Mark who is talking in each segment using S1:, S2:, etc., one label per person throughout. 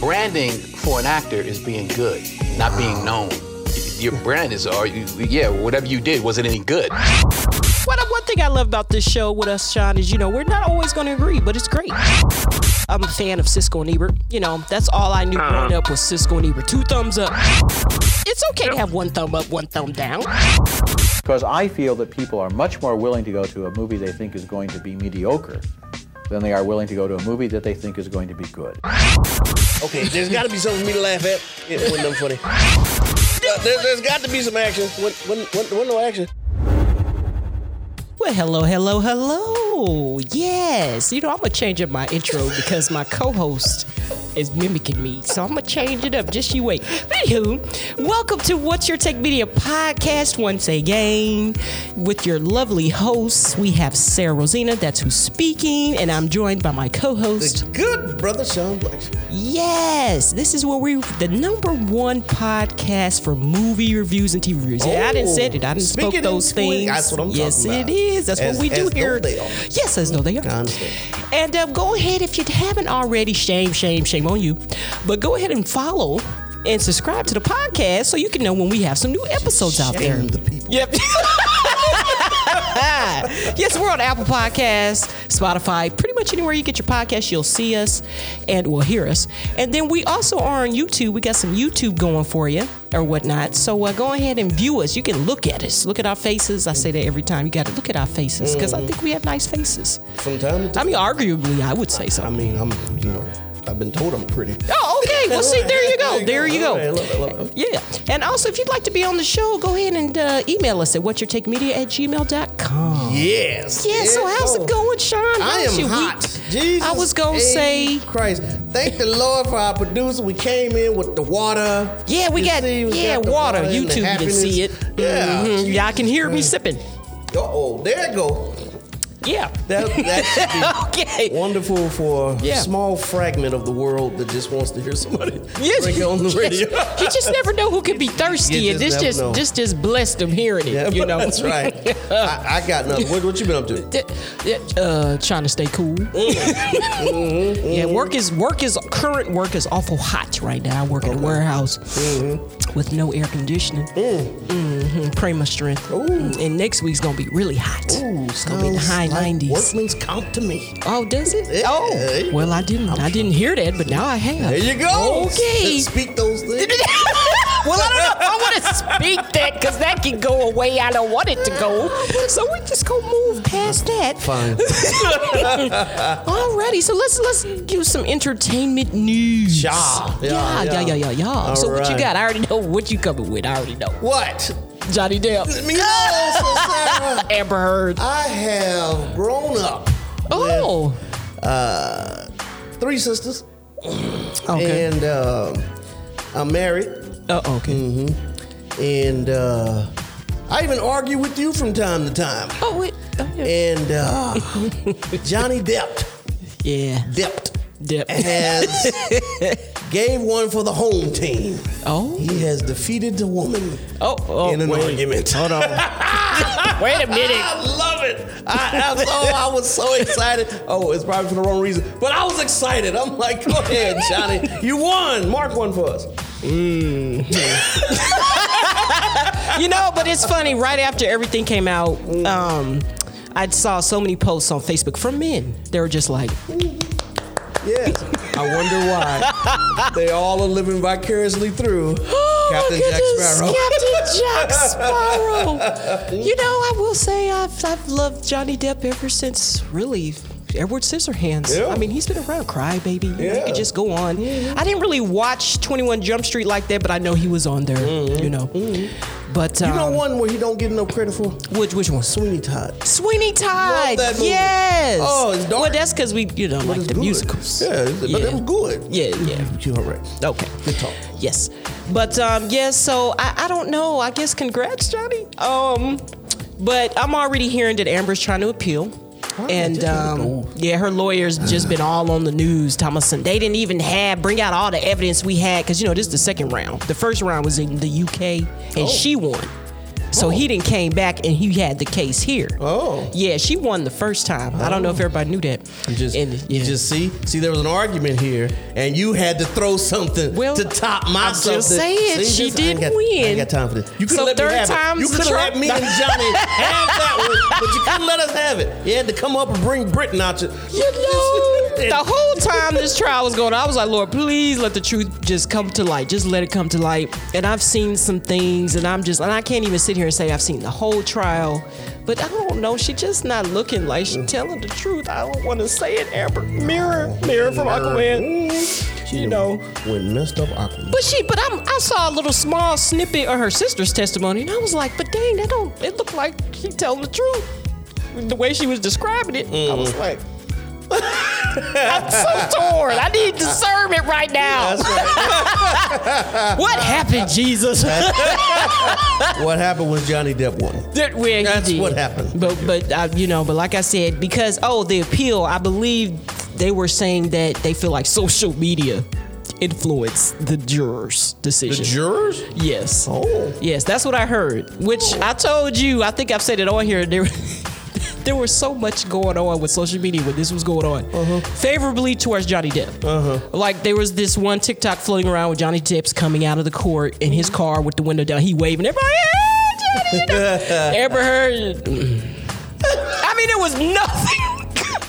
S1: branding for an actor is being good, not being known. Your brand is, or you, yeah, whatever you did, was it any good?
S2: What one thing I love about this show with us, Sean, is you know we're not always going to agree, but it's great. I'm a fan of Cisco and Ebert. You know that's all I knew growing up was Cisco and Ebert. Two thumbs up. It's okay to have one thumb up, one thumb down.
S3: Because I feel that people are much more willing to go to a movie they think is going to be mediocre than they are willing to go to a movie that they think is going to be good.
S4: Okay, there's got to be something for me to laugh at. Yeah, it wasn't nothing funny. Uh, there, there's got to be some action. When, when, when, when no action?
S2: Well, hello, hello, hello. Yes, you know I'm gonna change up my intro because my co-host is mimicking me, so I'm gonna change it up. Just you wait. Anywho, welcome to What's Your Tech Media podcast once again with your lovely hosts. We have Sarah Rosina, that's who's speaking, and I'm joined by my co-host.
S4: Good brother Sean Blackson.
S2: Yes, this is where we the number one podcast for movie reviews and TV reviews. Yeah, I didn't say it. I didn't
S4: Speak
S2: spoke
S4: it in
S2: those
S4: slang.
S2: things.
S4: That's what I'm
S2: yes,
S4: talking
S2: it
S4: about.
S2: is. That's
S4: As-
S2: what we do
S4: as though
S2: here.
S4: they are.
S2: Yes, as though they
S4: I
S2: are.
S4: understand.
S2: And uh, go ahead if you haven't already. Shame, shame, shame on you. But go ahead and follow and subscribe to the podcast so you can know when we have some new episodes out there.
S4: Shame the people.
S2: Yep. yes, we're on Apple Podcasts, Spotify, pretty much anywhere you get your podcast, you'll see us and will hear us. And then we also are on YouTube. We got some YouTube going for you or whatnot. So uh, go ahead and view us. You can look at us, look at our faces. I say that every time. You got to look at our faces because I think we have nice faces.
S4: From time to
S2: I
S4: time.
S2: mean, arguably, I would say so.
S4: I mean, I'm, you know, I've been told I'm pretty.
S2: Oh, okay. Well, see, there you go. There you
S4: All right,
S2: go.
S4: love it, love it.
S2: Yeah. And also, if you'd like to be on the show, go ahead and uh, email us at whatyourtakemedia at gmail.com.
S4: Yes.
S2: Yeah, so how's
S4: go.
S2: it going, Sean?
S4: oh. I
S2: How's
S4: am
S2: your
S4: hot.
S2: week?
S4: Jesus
S2: I was gonna
S4: A.
S2: say,
S4: Christ. Thank the Lord for our producer. We came in with the water.
S2: yeah, we
S4: You
S2: got
S4: see, we
S2: yeah
S4: got the
S2: water.
S4: and the
S2: YouTube, you can see it.
S4: happiness. Yeah.
S2: Mhm. y'all can hear me sipping.
S4: Uh oh, there it go.
S2: Yeah.
S4: That, that should be
S2: okay.
S4: wonderful for
S2: Yeah.
S4: a small fragment of the world that just wants to hear somebody
S2: Yes.
S4: drink it on the radio.
S2: you just never know who could be thirsty,
S4: You
S2: and this
S4: just
S2: just
S4: never know.
S2: this just blessed them hearing it.
S4: Yeah,
S2: you know,
S4: that's right. I, I got nothing. What, what you been up to?
S2: uh, trying to stay cool.
S4: Mm. Mm-hmm.
S2: Yeah, work is work is current work is awful hot right now. I work in a warehouse
S4: Mm-hmm.
S2: with no air conditioning.
S4: Mm.
S2: hmm Pray my strength. And next week's gonna be really hot. it's gonna be in the
S4: Sounds
S2: high
S4: like
S2: nineties.
S4: Workman's comp to me.
S2: Oh, does it?
S4: Yeah.
S2: Oh, well, I didn't. I didn't hear that, but now I have.
S4: There you go.
S2: Okay.
S4: Let's speak those things.
S2: well, I don't know. if I want to speak that because that can go away. I don't want it to go. So we just gonna move past that.
S4: Fine.
S2: Alrighty, so let's let's do some entertainment news.
S4: Yeah,
S2: yeah,
S4: yeah,
S2: yeah, yeah,
S4: yeah.
S2: yeah. yeah. So what you
S4: Alright.
S2: got? I already know what you coming with. I already know.
S4: What?
S2: Johnny Depp,
S4: Me also, Sarah.
S2: Amber Heard.
S4: I have grown up.
S2: Oh,
S4: Uh, three sisters.
S2: okay.
S4: And Mm. um I'm married.
S2: Oh, okay. Mm-hmm.
S4: and uh, I even argue with you from time to time.
S2: Oh wait. Oh, yeah.
S4: And uh, Johnny Depp,
S2: yeah.
S4: Depp
S2: Depp.
S4: has gave one for the home team.
S2: Oh.
S4: He has defeated the woman
S2: Oh. Oh.
S4: in an
S2: wait.
S4: argument. Hold on.
S2: Wait a minute.
S4: I love it. I, I, oh, I was so excited. Oh, it's probably for the wrong reason, but I was excited. I'm like, go ahead, Johnny. You won. Mark one for us.
S2: you know, but it's funny. Right after everything came out,
S4: Mm.
S2: um, I saw so many posts on Facebook from men. They were just like,
S4: Yes. I wonder why they all are living vicariously through
S2: Oh my
S4: Captain Jack
S2: goodness,
S4: Sparrow.
S2: Captain Jack Sparrow. you know, I will say I've, I've loved Johnny Depp ever since really Edward Scissorhands.
S4: Yeah.
S2: I mean, he's been around Cry Baby. You, know, you
S4: Yeah. Mm-hmm.
S2: could just go on. I didn't really watch 21 Jump Street like that, but I know he was on there, you know. But um,
S4: Mm-hmm. You know one where he don't get no credit for?
S2: Which, which one?
S4: Sweeney Todd.
S2: Sweeney Todd.
S4: that movie.
S2: Yes.
S4: Oh, it's dark.
S2: Well, that's because we, you know, like
S4: It's
S2: the
S4: good.
S2: musicals.
S4: Yeah, it's- but
S2: Yeah.
S4: it was good.
S2: Yeah, yeah.
S4: You all right?
S2: Okay.
S4: Good talk.
S2: Yes. But um, yes, so I, I don't know. I guess congrats, Johnny. Um, but I'm already hearing that Amber's trying to appeal. And um, yeah, her lawyers just been all on the news, Thomason. They didn't even have bring out all the
S4: Oh.
S2: evidence we had because you know this is the second round. The first round was in the UK, and she won. So he then came back and he had the case here.
S4: Oh.
S2: Yeah, she won the first time. I don't know if everybody knew that.
S4: You just,
S2: And, yeah.
S4: you just see, see, there was an argument here, and you had to throw something
S2: Well,
S4: to top my
S2: I'm just
S4: something.
S2: saying,
S4: See,
S2: she
S4: this- I
S2: didn't
S4: ain't got- I
S2: win.
S4: ain't got time for this. You could
S2: So
S4: have let
S2: third
S4: me have it.
S2: time's
S4: You
S2: the
S4: could have let
S2: charm.
S4: me and Johnny have that one, but you couldn't let us have it. You had to come up and bring Britain out. You,
S2: You know, the whole time this trial was going on, I was like, Lord, please let the truth just come to light. Just let it come to light. And I've seen some things, and I'm just, and I can't even sit here and say I've seen the whole trial. But I don't know. She just not looking like she telling the truth. I don't want to say it, Amber. Mirror, mirror from Aquaman. You know.
S4: when messed up Aquaman.
S2: But she, but I'm, I saw a little small snippet of her sister's testimony, and I was like, but dang, that don't. It looked like she telling the truth. The way she was describing it, I was
S4: Mm.
S2: like, I'm so torn. I need discernment right now. what happened, Jesus?
S4: what happened was Johnny Depp won.
S2: That- where he
S4: That's
S2: did.
S4: what happened.
S2: But but uh, you know, but like I said, because oh the appeal, I believe they were saying that they feel like social media influenced the jurors'
S4: The
S2: decision.
S4: jurors?
S2: Yes.
S4: Oh.
S2: Yes, that's what I heard. Which I told you, I think I've said it on here. There, there was so much going on with social media when this was going on, favorably towards Johnny Depp. Like there was this one TikTok floating around with Johnny Depp's coming out of the court in his car with the window down. He waving everybody. "Hey, Johnny Depp." Amber Heard. I mean, it was nothing.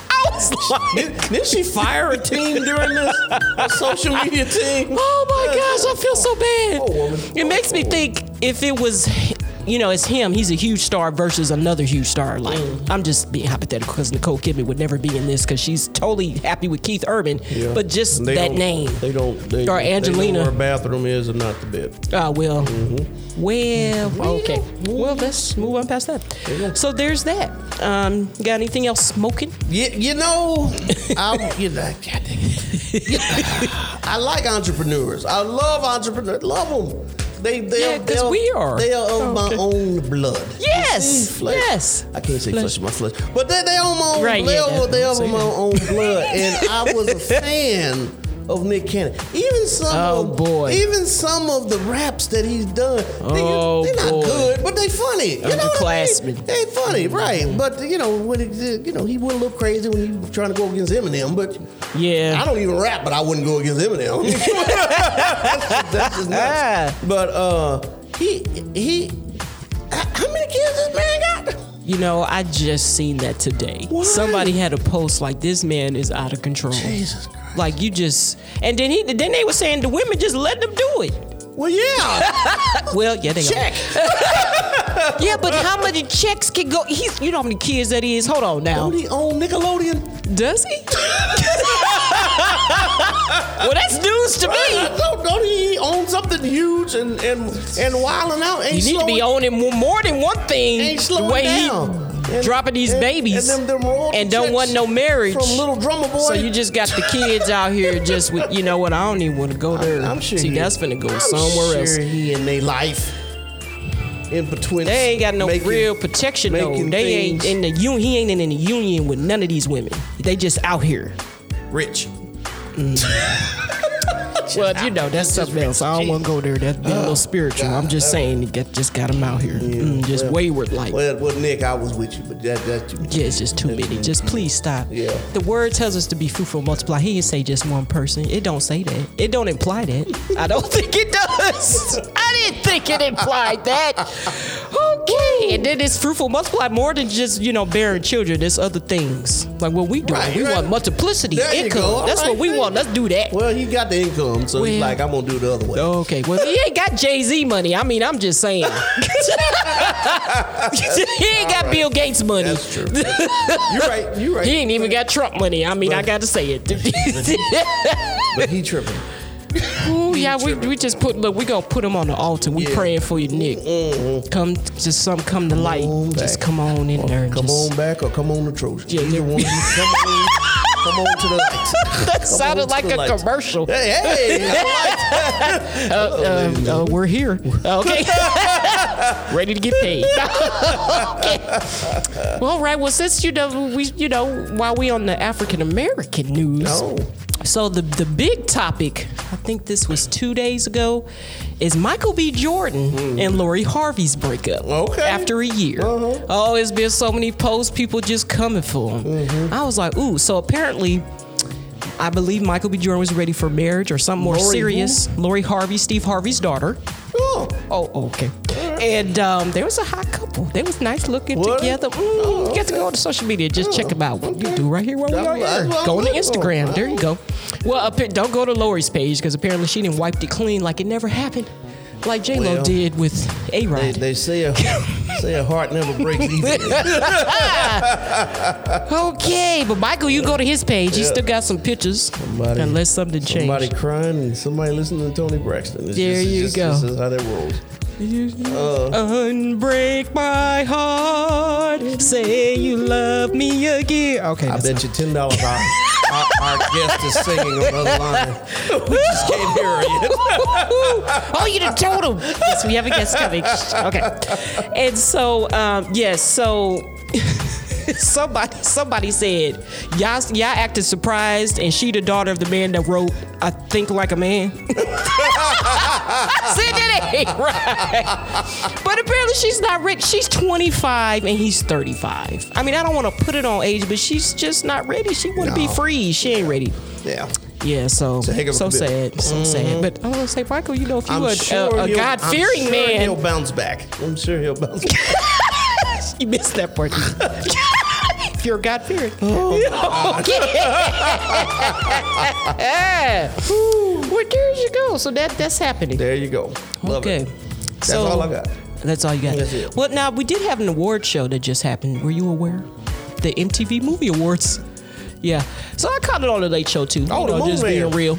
S2: I was like,
S4: Did, did she fire a team during this? A social media team?
S2: Oh my gosh, I feel so bad.
S4: Oh, woman.
S2: It makes me think if it was, you know, it's him, he's a huge star versus another huge star. Like,
S4: Mm.
S2: I'm just being hypothetical because Nicole Kidman would never be in this because she's totally happy with Keith Urban.
S4: Yeah.
S2: But just
S4: They
S2: that
S4: don't-
S2: name.
S4: They don't. They,
S2: Or
S4: They know
S2: Angelina.
S4: where a bathroom is or not the bed.
S2: Oh, well.
S4: Mm-hmm.
S2: Well, okay. Well, let's move on past that. So there's that. Um, got anything else smoking?
S4: You, you know, I, you know, God dang it. You- I like entrepreneurs. I love entrepreneurs. Love them. They, they,
S2: Yeah, 'cause
S4: they're-
S2: we are.
S4: They are of
S2: Oh,
S4: my
S2: okay.
S4: own blood. You
S2: Yes,
S4: see, flesh.
S2: yes.
S4: I can't say flesh of my flesh, but they, they own my own
S2: Right, yeah,
S4: level.
S2: yeah,
S4: they
S2: don't
S4: of
S2: say
S4: my
S2: that.
S4: own blood, and I was a fan of Nick Cannon. Even some,
S2: Oh,
S4: of,
S2: boy.
S4: even some of the raps that he's done.
S2: Oh,
S4: they, they're not
S2: boy.
S4: good, but they funny. You know what I mean?
S2: Underclassmen.
S4: They funny, right? But you know when it, you know he went a little crazy when he was trying to go against Eminem. But
S2: Yeah.
S4: I don't even rap, but I wouldn't go against Eminem. that's, just- that's just nuts. But uh, he he, how how many kids this man got?
S2: You know, I just seen that today.
S4: Why?
S2: Somebody had a post like, this man is out of control.
S4: Jesus Christ.
S2: Like you just, and then he, then they were saying the women just let them do it.
S4: Well, yeah,
S2: Well, yeah, they
S4: check.
S2: Are. Yeah, but how many checks can go? He's, you know how many kids that is. Hold on now,
S4: Don't he own Nickelodeon?
S2: does he? well, that's news to me.
S4: Don't, don't he own something huge and and and wilding out? Ain't
S2: You need to
S4: slowing-
S2: be owning more- more than one thing.
S4: Ain't
S2: The
S4: slowing
S2: way he
S4: down. And-
S2: dropping these
S4: and-
S2: babies
S4: and them- them royalty
S2: and don't want
S4: checks
S2: no marriage.
S4: from Little Drummer Boy.
S2: So you just got the kids out here just with you know what? I don't even want to go there.
S4: I'm sure.
S2: See,
S4: he-
S2: that's finna go
S4: I'm
S2: somewhere
S4: sure
S2: else.
S4: He and they life in between.
S2: They ain't got no
S4: making-
S2: real protection though.
S4: making
S2: They ain't
S4: things
S2: in the union. He ain't in the union with none of these women. They just out here.
S4: rich.
S2: Well, you know that's something else. I don't want to go there. That's
S4: Ah.
S2: being a little spiritual. I'm just saying, you got, just got them out here, Mm, just wayward like.
S4: Well, well, Nick, I was with you, but that that's too
S2: yeah, it's just too many. Just please stop.
S4: Yeah.
S2: The word tells us to be fruitful, multiply. He didn't say just one person. It don't say that. It don't imply that. I don't think it does. I didn't think it implied that. Okay. And then it's fruitful, multiply more than just you know bearing children. There's other things like what we do.
S4: Right,
S2: we
S4: right.
S2: want multiplicity,
S4: There you
S2: income.
S4: go. All
S2: That's
S4: right,
S2: what we
S4: there
S2: want.
S4: you
S2: Let's do that.
S4: Well, he got the income, so he's
S2: Well-
S4: like, I'm gonna do it the other way.
S2: Okay, well, he ain't got Jay Z money. I mean, I'm just saying. he ain't got Bill Gates money.
S4: That's true. you're right. You're right.
S2: He ain't even got Trump money. I mean, I
S4: Right.
S2: got to say it.
S4: But he tripping.
S2: Ooh, yeah, we, we just put look. We gonna put him on the altar. We
S4: Yeah. Mm-hmm.
S2: praying for you, Nick. Come, just some come to light.
S4: on
S2: Just
S4: back.
S2: come on in there. and
S4: Come
S2: just,
S4: on back or come on to Trojan.
S2: Yeah,
S4: Either
S2: there-
S4: one. Come on. Come on to the light.
S2: That
S4: Come
S2: sounded
S4: on to
S2: like
S4: the
S2: a
S4: light.
S2: commercial.
S4: Hey, hey. I like Oh,
S2: Uh, um, uh, we're here. Okay. Ready to get paid. okay.
S4: Oh.
S2: Well, all right. Well, since you know we, you know, while we on the African American news,
S4: No.
S2: So the the big topic, I think this was two days ago, is Michael B. Jordan and Lori Harvey's breakup.
S4: Hmm. Okay. Uh-huh.
S2: After a year. Oh, it's been so many posts, people just coming for him.
S4: Mm-hmm.
S2: I was like, ooh. So apparently, I believe Michael B. Jordan was ready for marriage or something more
S4: Lori who?
S2: serious. Lori Harvey, Steve Harvey's daughter.
S4: Oh,
S2: Oh, okay. And um, there was a hot couple. They was nice looking
S4: What? Oh,
S2: together. Mm, You got to go on to social media. Just check them out. You do right here while we
S4: That's
S2: are
S4: what- that's
S2: here.
S4: what I'm
S2: Go on to
S4: looking for.
S2: Instagram. There you go. Well, appa- don't go to Lori's page because apparently she didn't wipe it clean like it never happened, like J Lo
S4: Well,
S2: did with A
S4: they,
S2: Rod.
S4: they say a say a heart never breaks either.
S2: Okay, but Michael, you go to his page. He still got some pictures,
S4: Somebody-
S2: unless something
S4: Somebody
S2: changed.
S4: crying and somebody listening to Tony Braxton. It's
S2: There
S4: just, it's
S2: you
S4: just-
S2: go.
S4: This is how that rolls. uh,
S2: Unbreak my heart. Say you love me again. Okay,
S4: I
S2: that's
S4: bet you ten dollars our, our, our guest is singing on the other line. We just can't hear her yet.
S2: oh, you done told him. Yes, we have a guest coming. Shh. Okay. And so, um, yes, so somebody somebody said, y'all, y'all acted surprised, and she the daughter of the man that wrote I Think Like a Man. I said that ain't right. But apparently she's not rich. She's 25 and he's 35. I mean, I don't want to put it on age, but she's just not ready. She want to
S4: No.
S2: be free. She ain't ready.
S4: Yeah.
S2: Yeah, so
S4: a heck of a
S2: so sad,
S4: commitment.
S2: so sad. But I want to say, Michael, you know, if you
S4: I'm
S2: were
S4: sure
S2: a, a
S4: he'll-
S2: God fearing
S4: I'm sure He'll
S2: man,
S4: bounce back. I'm sure he'll bounce back.
S2: you missed that part. if you're Oh, God fearing,
S4: Oh,
S2: well, there you go. So that that's happening.
S4: There you go. Love
S2: okay,
S4: it. That's all I got.
S2: That's all you got.
S4: That's it.
S2: Well, now we did have an award show that just happened. Were you aware? The MTV Movie Awards. Yeah, so I caught it on the Late Show too.
S4: Oh,
S2: you
S4: the
S2: know,
S4: Moon
S2: just
S4: Man.
S2: being real.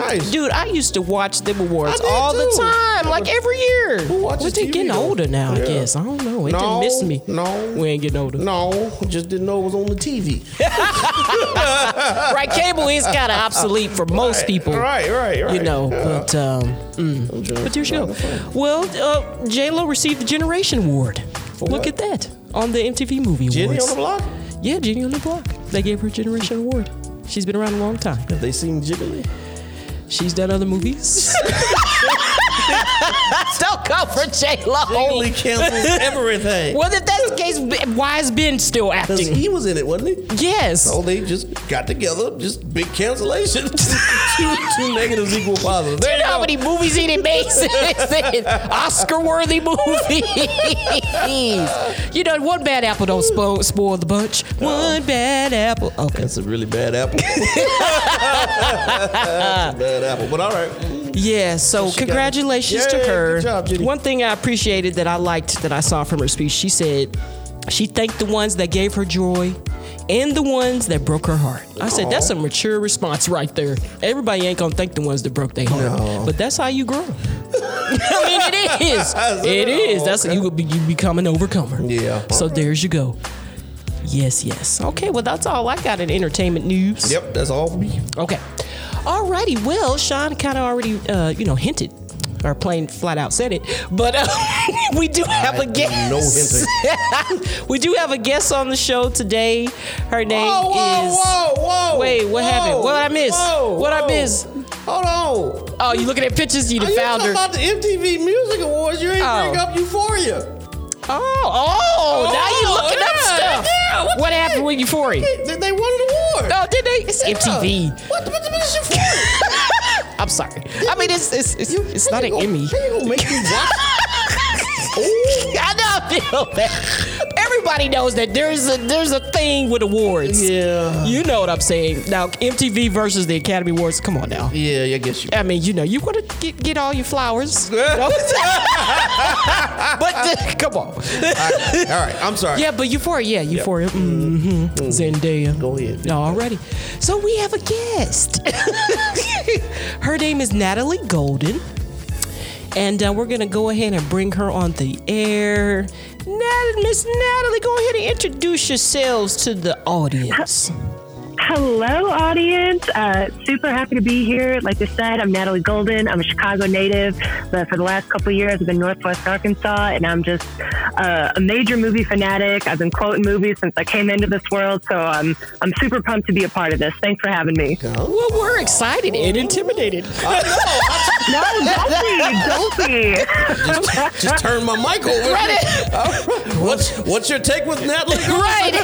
S4: Nice.
S2: Dude, I used to watch them awards
S4: I did
S2: all the
S4: too.
S2: time,
S4: Yeah,
S2: like
S4: but
S2: every year.
S4: who watches
S2: But they
S4: TV
S2: getting
S4: though?
S2: older now, I
S4: Yeah.
S2: guess. I don't know. It didn't
S4: No,
S2: miss me.
S4: no.
S2: we ain't getting older.
S4: No, just didn't know it was on the TV.
S2: Right, cable is kind of obsolete for most people.
S4: Right, right, right.
S2: You know, but um, mm.
S4: I'm trying
S2: but
S4: to
S2: your show.
S4: find the phone.
S2: Well, uh, J Lo received the Generation Award. Look
S4: what?
S2: at that on the MTV Movie Awards.
S4: Jenny on the block?
S2: Yeah, Jenny on the Block. They gave her a Generation Award. She's been around a long time.
S4: Have they seen Jiggly?
S2: She's done other movies. Don't go for J Lo.
S4: Jiggly cancels everything.
S2: Well, if that's the case, B- why is Ben still
S4: Because
S2: acting?
S4: he Oh. was in it, wasn't he?
S2: yes.
S4: So they just got together, just big cancellation. two, two negatives equal positive.
S2: Do you
S4: There
S2: know
S4: you
S2: how
S4: go.
S2: many movies he didn't make Oscar worthy movies. you know, one bad apple don't spoil, spoil the bunch. One bad apple. Okay.
S4: That's a really bad apple. That's a bad apple. But all right.
S2: Yeah, so
S4: got it.
S2: congratulations
S4: Yay,
S2: to her.
S4: good job, Judy.
S2: One thing I appreciated that I liked that I saw from her speech, she said she thanked the ones that gave her joy and the ones that broke her heart. I said that's a mature response right there. Everybody ain't gonna thank the ones that broke their heart,
S4: No.
S2: but that's how you grow. I mean, it is.
S4: Is
S2: It
S4: it?
S2: is. That's
S4: Okay.
S2: you. will Be, you become an overcomer.
S4: Yeah.
S2: So
S4: Alright.
S2: there's you go. Yes, yes. Okay, well that's all I got in entertainment news.
S4: Yep, that's all for me.
S2: Okay. Alrighty. Well, Sean kind of already, uh, you know, hinted or plain flat out said it, but uh, we do have a
S4: do
S2: guest. we do have a guest on the show today. Her name
S4: Whoa,
S2: is.
S4: whoa, whoa, whoa.
S2: Wait, what
S4: whoa,
S2: happened? What I miss?
S4: Whoa,
S2: What I
S4: whoa.
S2: miss?
S4: Hold on.
S2: Oh, you looking at pictures? You the
S4: Are you talking
S2: founder.
S4: about the MTV Music Awards? You ain't
S2: Oh.
S4: bring up Euphoria.
S2: oh, oh, now you looking up
S4: yeah,
S2: stuff.
S4: yeah, what
S2: what
S4: the
S2: happened
S4: heck?
S2: with Euphoria?
S4: They, they- they won an award.
S2: Oh, did they? It's MTV.
S4: What the what the- what is Euphoria?
S2: I'm sorry. I mean, it's it's it's,
S4: You-
S2: it's
S4: how
S2: not
S4: you
S2: an
S4: gonna-
S2: Emmy.
S4: How you gonna make me watch?
S2: I know I feel that. Everybody knows that there's a there's a thing with awards.
S4: Yeah.
S2: You know what I'm saying. Now MTV versus the Academy Awards. Come on now.
S4: Yeah, I guess you.
S2: I mean, you know, you want to get, get all your flowers. You know? but the- come on.
S4: all, right, all right, I'm sorry.
S2: Yeah, but Euphoria, yeah, Euphoria. hmm Zendaya.
S4: Go ahead.
S2: Alrighty. So we have a guest. her name is Natalie Golden. And uh, we're going to go ahead and bring her on the air. Nat- Miss Natalie, go ahead and introduce yourselves to the audience.
S5: Hello, Hello, audience. Uh, super happy to be here. Like I said, I'm Natalie Golden. I'm a Chicago native, but for the last couple of years, I've been Northwest Arkansas, and I'm just uh, a major movie fanatic. I've been quoting movies since I came into this world, so I'm I'm super pumped to be a part of this. Thanks for having me.
S2: Well, we're excited and intimidated.
S5: No, don't be, don't be.
S4: Just, just turn my mic over. What's what's your take with Natalie?
S2: right.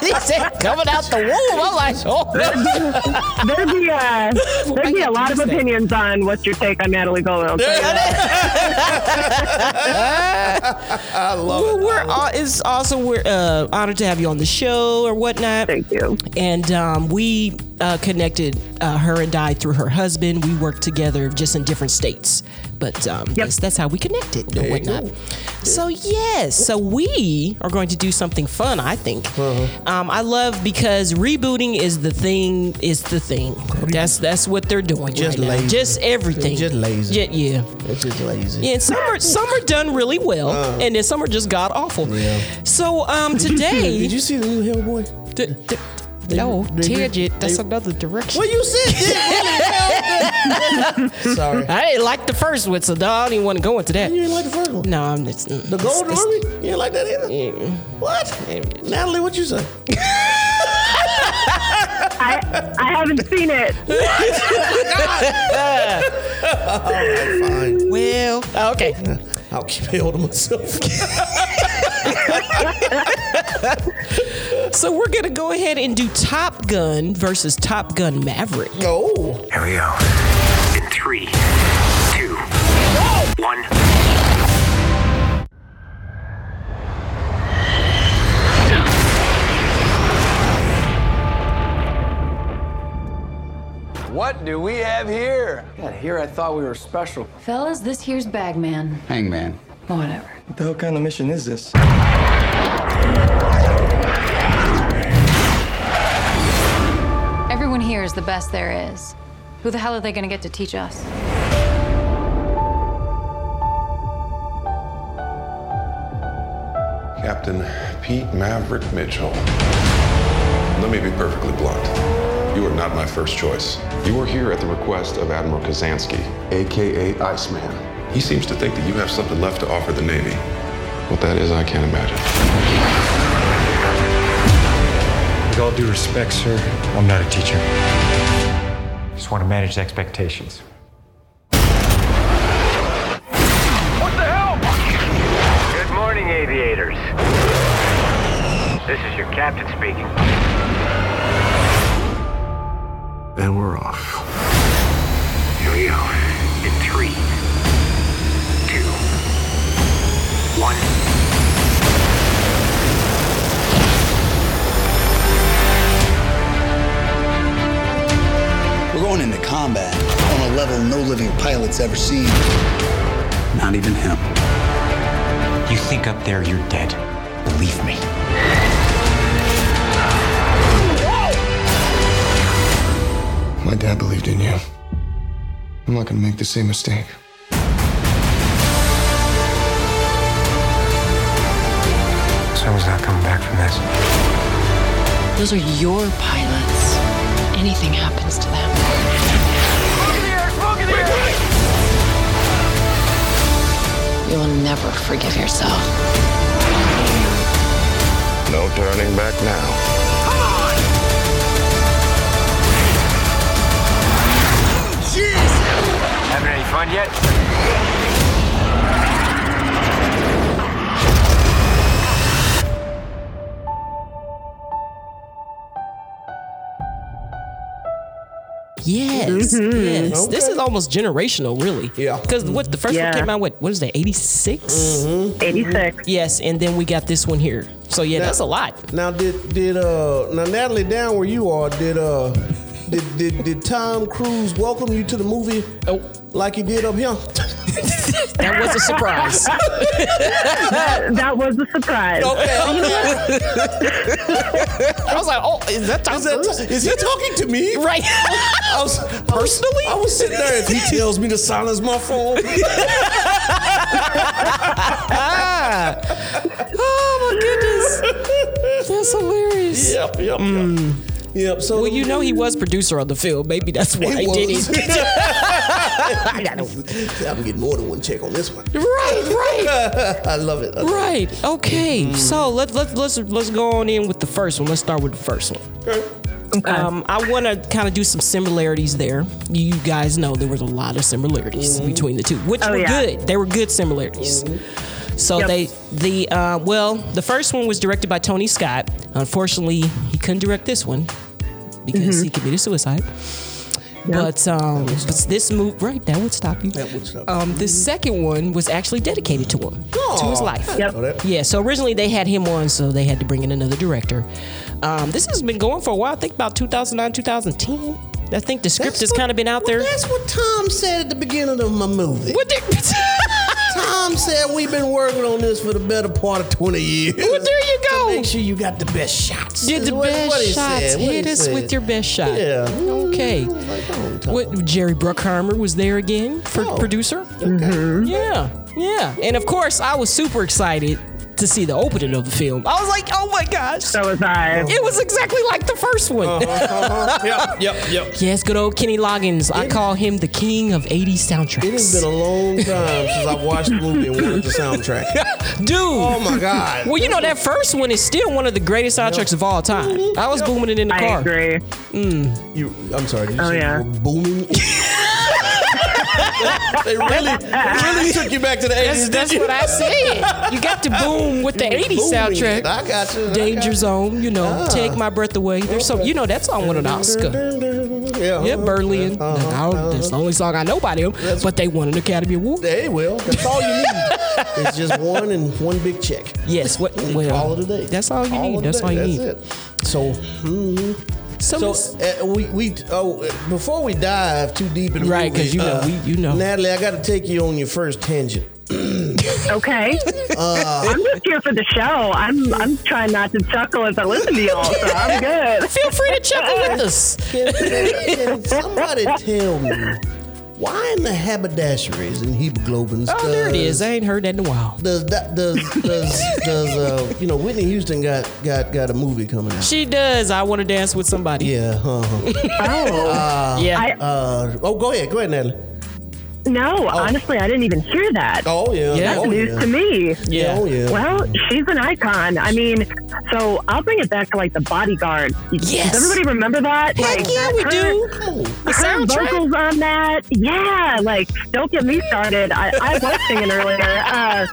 S2: he said, coming out the womb. I'm like, oh,
S5: There'd be a, there'd be a lot of opinions on what's your take on Natalie Golden. I'll tell you that.
S4: I love
S2: Well, we're all, it's awesome. We're uh, honored to have you on the show or whatnot.
S5: Thank you.
S2: And um, we uh, connected uh, her and I through her husband. We worked together just in different states. But um, yes, that's how we connected and
S4: you
S2: whatnot.
S4: go.
S2: So, yes, so we are going to do something fun, I think.
S4: Uh-huh.
S2: Um, I love because rebooting is the thing, is the thing. That's that's what they're doing.
S4: Just
S2: right now.
S4: lazy.
S2: Just everything.
S4: Just lazy.
S2: Yeah. yeah.
S4: It's just lazy.
S2: Yeah, and some are some are done really well, and then some are just god awful.
S4: Uh-huh. Yeah.
S2: So um, today,
S4: Did you see the new Hellboy?
S2: D- d- d- no
S4: they-
S2: tangent. That's
S4: they-
S2: another direction.
S4: Well, you said this. Sorry.
S2: I didn't like the first one, so I don't even want to go into that.
S4: You didn't like the first one.
S2: No, I'm just
S4: The Golden Army? You didn't like that either? Mm. What? Natalie, what you say?
S5: I, I haven't seen it.
S4: Fine.
S2: Well, okay.
S4: I'll keep hold of myself.
S2: So we're gonna go ahead and do Top Gun versus Top Gun Maverick.
S4: oh.
S6: Here we go. In three, two, one.
S7: What do we have here? God, here I thought we were special.
S8: Fellas, this here's Bagman.
S9: Hangman.
S8: Whatever.
S7: What the hell kind of mission is this?
S8: Everyone here is the best there is. Who the hell are they gonna get to teach us?
S10: Captain Pete Maverick Mitchell. Let me be perfectly blunt. You are not my first choice. You are here at the request of Admiral Kazansky, aka Iceman. He seems to think that you have something left to offer the Navy. What that is, I can't imagine.
S11: With all due respect, sir, I'm not a teacher. Just want to manage expectations.
S6: What the hell? Good morning, aviators. This is your captain speaking.
S10: And we're off.
S6: Here we go. In three, two, one.
S9: We're going into combat on a level no living pilot's ever seen. Not even him.
S11: You think up there you're dead. Believe me.
S10: My dad believed in you. I'm not gonna make the same mistake.
S11: Someone's not coming back from this.
S8: Those are your pilots. Anything happens to them.
S6: Smoke in the air! Smoke in the air!
S8: You will never forgive yourself.
S10: No turning back now.
S6: Having any fun yet?
S2: Yes, yes. This is almost generational, really.
S4: Mm-hmm. Yeah. Mm-hmm.
S2: Because what the first
S5: Yeah.
S2: one came out, what what is that, eighty six?
S5: 86.
S2: Yes, and then we got this one here. So yeah, that's a lot.
S4: Now did did uh now Natalie down where you are, did uh did did, did Tom Cruise welcome you to the movie
S2: Oh.
S4: like he did up here?
S2: That was a surprise.
S5: That was a surprise.
S2: I was like, oh, is that Tom
S4: Is, that-
S2: Cruise?
S4: is he talking to me?
S2: Right.
S4: I was personally. I was sitting there. If he tells me to silence my phone,
S2: oh my goodness. That's hilarious.
S4: yep, yep, yep. Yep. So
S2: Hmm. well, you know he was producer on the film. Maybe that's why he did
S4: was.
S2: it.
S4: I'm getting more than one check on this one.
S2: right, right.
S4: I love it. I love it.
S2: Right. Okay.
S4: Mm-hmm.
S2: So let let let's let's go on in with the first one. Let's start with the first one. Um, I want to kind of do some similarities there. You guys know there was a lot of similarities
S4: Mm-hmm.
S2: between the two, which
S5: Oh,
S2: were
S5: yeah.
S2: good. They were good similarities.
S4: Mm-hmm.
S2: So
S5: Yep.
S2: they the uh, well, the first one was directed by Tony Scott. Unfortunately, he couldn't direct this one because
S5: Mm-hmm.
S2: he committed suicide. But um, but this move right that would stop you.
S4: That would stop you.
S2: Um, the second one was actually dedicated to him, to his
S4: Aw,
S2: life.
S4: I didn't know that.
S2: Yeah, so originally they had him on, so they had to bring in another director. Um, this has been going for a while. I think about 2009, 2010. I think the script
S4: That's
S2: has
S4: what-
S2: kind of been out
S4: well,
S2: there.
S4: That's what Tom said at the beginning of my movie.
S2: What the-
S4: Tom said we've been working on this for the better part of 20 years.
S2: Well, there you
S4: To
S2: go.
S4: make sure you got the best shots.
S2: Did the
S4: What- what
S2: best
S4: he
S2: shots.
S4: said, what
S2: Hit
S4: he
S2: us
S4: said.
S2: with your best shot.
S4: Yeah.
S2: Okay.
S4: Like, oh, Tom.
S2: What Jerry Bruckheimer was there again for
S4: Oh.
S2: producer.
S4: Okay. Mm-hmm.
S2: Yeah, yeah. And of course, I was super excited to see the opening of the film. I was like, oh my gosh.
S5: So was I.
S2: it was exactly like the first one.
S4: Uh-huh. Yep, yep, yep.
S2: yes, good old Kenny Loggins. I call him the king of 80s soundtracks.
S4: It has been a long time since I've watched the movie and wanted the soundtrack.
S2: Dude.
S4: Oh my God.
S2: Well, you know, that first one is still one of the greatest soundtracks of all time. I was booming it in the
S5: I
S2: car.
S5: agree.
S4: You, I'm sorry. Did you
S5: Oh,
S4: say
S5: yeah.
S4: you were booming? they really, they really took you back to the
S2: That's,
S4: 80s. didn't
S2: that's
S4: you?
S2: what I said. You got to boom with the 80s
S4: Booming.
S2: soundtrack.
S4: I got you. I got
S2: Danger
S4: you.
S2: Zone, you know,
S4: Ah.
S2: Take My Breath Away. There's so you know that song won an Oscar.
S4: Yeah.
S2: Yeah, Berlin.
S4: Uh-huh,
S2: Now,
S4: uh-huh.
S2: That's the only song I know by them, but they won an Academy Award.
S4: Hey, well, that's all you need. it's just one and one big check.
S2: Yes, what? Well,
S4: all of the day.
S2: That's all you need.
S4: of
S2: That's
S4: the
S2: all
S4: day.
S2: you need.
S4: That's it. So, mm-hmm.
S2: So,
S4: so uh, we we oh, uh, before we dive too deep in the
S2: Right, 'cause
S4: movie, uh,
S2: you know, we- you know.
S4: Natalie, I got to take you on your first tangent.
S5: Okay.
S2: Uh.
S5: I'm just here for the show. I'm I'm trying not to chuckle as I listen to y'all, so I'm good.
S2: feel free to chuckle with us.
S4: Can, can somebody tell me why in the haberdasheries and hemoglobins?
S2: Oh, there it
S4: does-
S2: is. I ain't heard that in a while.
S4: Does that does does does uh, you know Whitney Houston got got got a movie coming out?
S2: She does. I want to dance with somebody.
S4: Yeah. Uh-huh.
S2: yeah.
S5: I-
S4: Uh, oh, go ahead, go ahead, Natalie.
S5: No, honestly, I didn't even hear that.
S4: Oh yeah.
S2: Oh. Yeah.
S4: Oh,
S5: News to me.
S2: yeah.
S4: Oh yeah.
S5: Well, she's an icon. I mean, so I'll bring it back to like the bodyguard.
S2: Yes.
S5: Does everybody remember that?
S2: Heck
S5: like,
S2: yeah, we
S5: her-
S2: do. The
S5: Her
S2: soundtrack.
S5: vocals on that, yeah. Like, don't get me started. I, I was singing earlier, uh,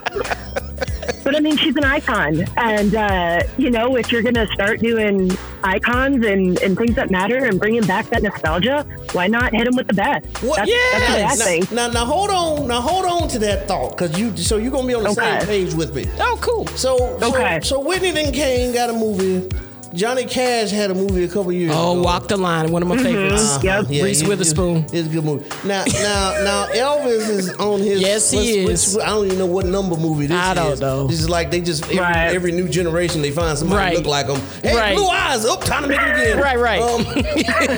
S5: but I mean, she's an icon, and uh, you know, if you're gonna start doing icons and, and things that matter and bringing back that nostalgia, why not hit them with the best?
S4: What?
S5: That's, that's what I
S2: Yes.
S5: think.
S4: Now, now hold on. Now hold on to that thought, cause you so you're gonna be on the
S5: Okay.
S4: same page with me.
S2: Oh, cool.
S4: So, so-
S5: Okay.
S4: So, Whitney and Kane got a movie. Johnny Cash had a movie a couple years
S2: Oh,
S4: ago.
S2: Walk the Line, one of my
S5: Mm-hmm.
S2: favorites. Uh-huh.
S5: Yep.
S4: Yeah,
S2: Reese
S4: it- it-
S2: Witherspoon.
S4: It's a good movie. Now, now, now, Elvis is on his.
S2: Yes, he
S4: what's-
S2: is.
S4: what's- I don't even know what number movie this
S2: I don't
S4: is.
S2: know.
S4: This is like they just every,
S5: Right.
S4: every new generation they find somebody
S2: Right.
S4: look like him. Hey,
S2: Right.
S4: blue eyes. Oh, time to make it again. Um,
S2: Right, right.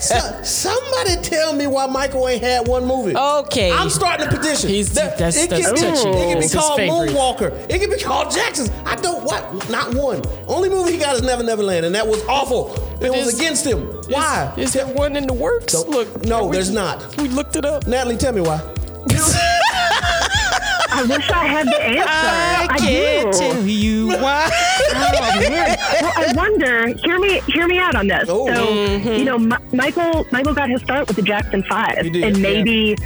S4: so- somebody tell me why Michael ain't had one movie.
S2: Okay.
S4: I'm starting a petition.
S2: He's- that's-
S4: it
S2: that's
S4: can,
S2: touchy.
S4: It can be
S2: It's his
S4: called
S2: favorite.
S4: Moonwalker. It can be called Jackson's. I don't what not one. Only movie he got is Never Never Land, and that was awful. It was
S2: is-
S4: against him. Why?
S2: Is, there one in the works?
S4: Don't-
S2: Look,
S4: no,
S2: we-
S4: there's not.
S2: We looked it up.
S4: Natalie, tell me why.
S5: I wish I had the answer.
S2: I can't
S5: do.
S2: tell you why.
S5: Oh, man. well, I wonder. Hear me. Hear me out on this.
S4: Oh.
S5: so you know, Mi- Michael. Michael got his start with the Jackson Five,
S4: did,
S5: and
S4: yeah.
S5: maybe.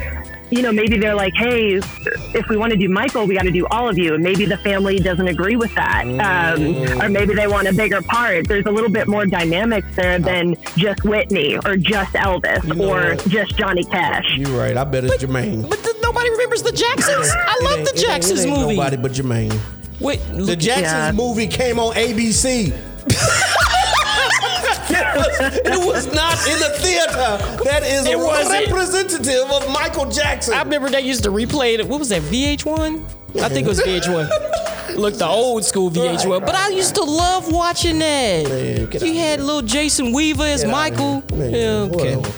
S5: You know, maybe they're like, "Hey, if we want to do Michael, we got to do all of you." And maybe the family doesn't agree with that,
S4: Mm.
S5: um, or maybe they want a bigger part. There's a little bit more dynamics there than just Whitney or just Elvis
S4: know
S5: or
S4: what?
S5: just Johnny Cash.
S4: You're right. I bet it's Jermaine.
S2: But the, nobody remembers the Jacksons. I
S4: It
S2: love
S4: ain't-
S2: the
S4: it ain't-
S2: Jacksons
S4: it ain't
S2: movie.
S4: Nobody but Jermaine.
S2: Wait,
S4: The
S2: look-
S4: Jacksons
S5: Yeah.
S4: movie came on ABC. it, was, it was not in the theater. That is
S2: It wasn't.
S4: representative of Michael Jackson.
S2: I remember they used to replay it. What was that? VH1? I think it was VH1. Look, the old school VH1. but I used to love watching that.
S4: Man, get
S2: you
S4: out
S2: had little Jason Weaver as
S4: Get out
S2: Michael.
S4: of here. Man,
S2: yeah, okay.
S4: whatever.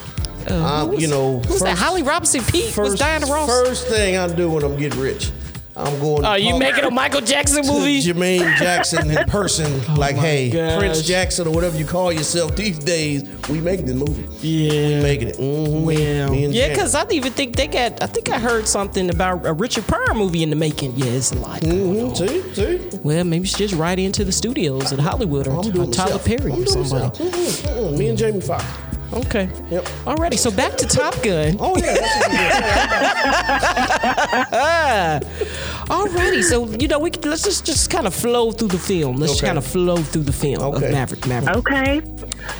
S2: Uh,
S4: Um,
S2: who was-
S4: you know,
S2: who was that?
S4: first-
S2: Holly Robinson Pete was
S4: First,
S2: Diana Ross.
S4: first thing I do when I'm getting rich, I I'm going.
S2: Oh,
S4: to
S2: you
S4: talk
S2: making a Michael Jackson
S4: to
S2: movie? Oh
S4: Jermaine Jackson in person, like, hey,
S2: gosh.
S4: Prince Jackson or whatever you call yourself these days, we making the movie.
S2: Yeah,
S4: we making it. Mm-hmm. Me and
S2: Yeah,
S4: Jack.
S2: because I didn't even think they got. I think I heard something about a Richard Pryor movie in the making. Yeah, it's a lot.
S4: Mhm, See, see,
S2: Well, maybe it's just right into the studios at Hollywood or,
S4: I'm doing
S2: or Tyler
S4: myself.
S2: Perry
S4: I'm
S2: or
S4: doing
S2: somebody.
S4: myself. Mhm, mhm. Me and Jamie Foxx.
S2: Okay.
S4: Yep.
S2: Alrighty. So back to Top Gun.
S4: Oh yeah. That's what we did.
S2: Alrighty. So you know we can, let's just just kind of flow through the film. Let's just
S4: Okay.
S2: kind of flow through the film
S4: Okay.
S2: of Maverick. Maverick.
S5: Okay.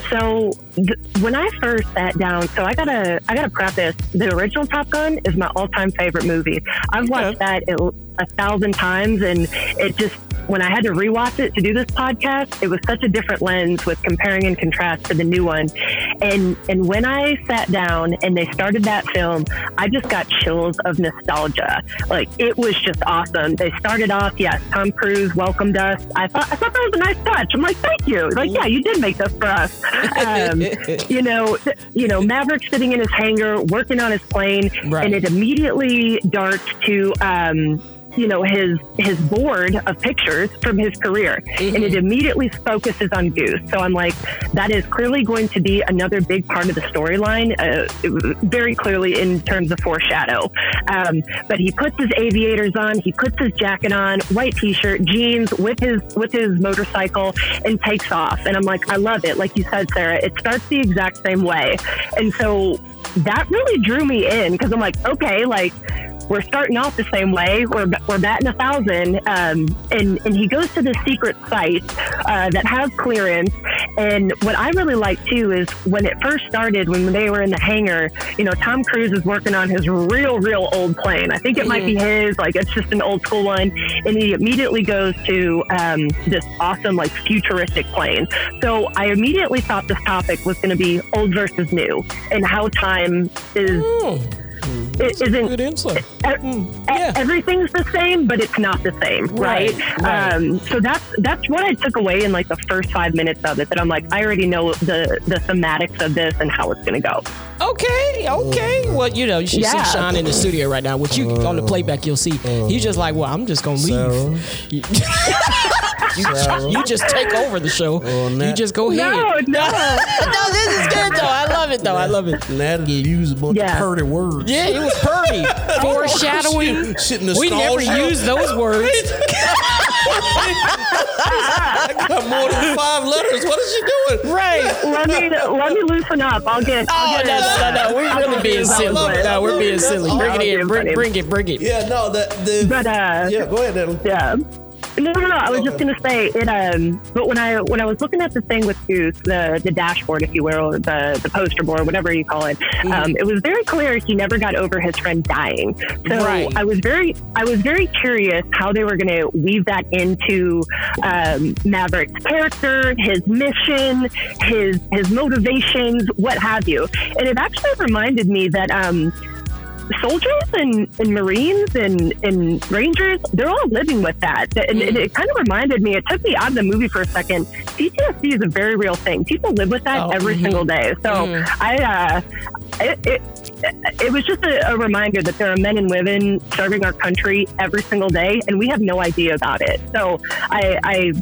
S5: So th- when I first sat down, so I gotta I gotta preface the original Top Gun is my all time favorite movie. I've watched that it, a thousand times, and it just when I had to rewatch it to do this podcast, it was such a different lens with comparing and contrast to the new one. And and when I sat down and they started that film, I just got chills of nostalgia. Like it was just awesome. They started off, yes, Tom Cruise welcomed us. I thought I thought that was a nice touch. I'm like, thank you. Like, yeah, you did make this for us. Um, you know, th- you know, Maverick sitting in his hangar working on his plane,
S2: Right.
S5: and it immediately darts to. Um, you know his his board of pictures from his career and it immediately focuses on goose so i'm like that is clearly going to be another big part of the storyline uh, it- very clearly in terms of foreshadow um, but he puts his aviators on he puts his jacket on white t-shirt jeans with his with his motorcycle and takes off and i'm like i love it like you said sarah it starts the exact same way and so that really drew me in because i'm like okay like we're starting off the same way. We're, we're batting a thousand. Um, and, and he goes to this secret site uh, that has clearance. And what I really like too is when it first started, when they were in the hangar, you know, Tom Cruise is working on his real, real old plane. I think it might be
S2: Mm-hmm.
S5: his, like it's just an old school one. And he immediately goes to um, this awesome, like futuristic plane. So I immediately thought this topic was going to be old versus new and how time is. It isn't
S2: Oh. Good insight.
S5: E-
S2: Mm,
S5: Everything's the same, but it's not the same, right?
S2: Right, right.
S5: Um, so that's that's what I took away in like the first five minutes of it. That I'm like, I already know the the thematics of this and how it's going to go.
S2: Okay, okay. Well, you know, you should
S5: Yeah.
S2: see Sean in the studio right now. Which you on the playback, you'll see. He's just like, well, I'm just gonna leave. You,
S4: Sarah.
S2: you just take over the show. you
S4: Nat-
S2: just go ahead.
S5: No, no.
S2: no, this is good though. I love it though. I love it.
S4: Natalie used a bunch
S5: Yeah.
S4: of purty words.
S2: Yeah, it was purdy. Foreshadowing.
S4: Shit, shit
S2: We never
S4: nostalgia.
S2: used those words.
S4: I got more than five letters. What is she doing?
S2: Right.
S5: let me let me loosen up. I'll get. I'll
S2: Oh
S5: get
S2: no no no no!
S5: I'll
S2: We're really
S5: get
S2: being
S5: it.
S2: silly.
S4: love it. I
S2: No, we're
S4: love
S2: being
S4: it. That's
S2: silly. Bring it in. Bring, bring it. Bring it.
S4: Yeah, no, that the
S5: But uh,
S4: yeah. Go ahead, Natalie.
S5: Yeah. No, no, no. I was just gonna say it. Um, but when I when I was looking at the thing with Goose, the the dashboard, if you will, or the the poster board, whatever you call it, um, it was very clear he never got over his friend dying. So
S2: Right.
S5: I was very I was very curious how they were gonna weave that into um, Maverick's character, his mission, his his motivations, what have you. And it actually reminded me that. Um, soldiers and, and marines and, and rangers they're all living with that and, and it kind of reminded me it took me out of the movie for a second ptsd is a very real thing people live with that
S2: Oh,
S5: every
S2: mhm.
S5: single day so
S2: Mhm.
S5: i uh it, it it was just a, a reminder that there are men and women serving our country every single day, and we have no idea about it. So I, I,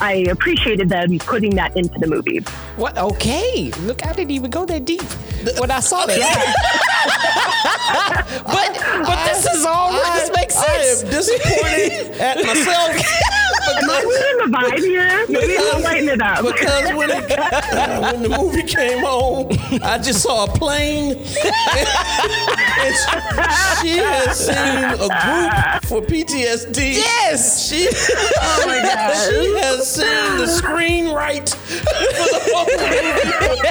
S5: I appreciated them putting that into the movie.
S2: What? Okay. Look, I didn't even go that deep when I saw that. but but this is all. this makes sense.
S4: I am disappointed at myself
S5: Maybe we're in the vibe here. Maybe we'll lighten it up.
S4: because when, it, uh, when the movie came on, I just saw a plane. and she has seen a group for PTSD.
S2: Yes.
S4: She, oh my God. she has seen the screen right for the whole movie.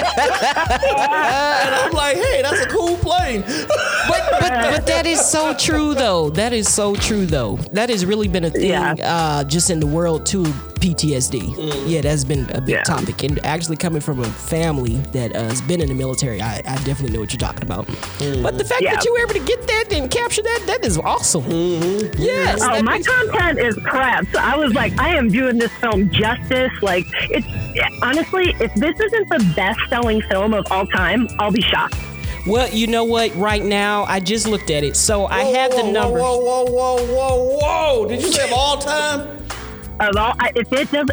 S4: and I'm like, hey, that's a cool plane.
S2: but, but but that is so true though. That is so true though. That has really been a thing
S5: Yeah.
S2: uh, just in the world too. PTSD. Yeah, that's been a big
S5: Yeah.
S2: topic. And actually, coming from a family that uh, has been in the military, I, I definitely know what you're talking about. But the fact
S5: Yeah.
S2: that you were able to get that and capture that, that is awesome. Yes.
S5: Oh,
S2: that
S5: my
S2: makes-
S5: content is crap. So I was like, I am doing this film justice. Like, it's honestly, if this isn't the best selling film of all time, I'll be shocked.
S2: Well, you know what? Right now, I just looked at it, so I have the
S4: whoa,
S2: numbers.
S4: Whoa, whoa, whoa, whoa, whoa! Did you say of all time?
S5: Of all, I- if it does,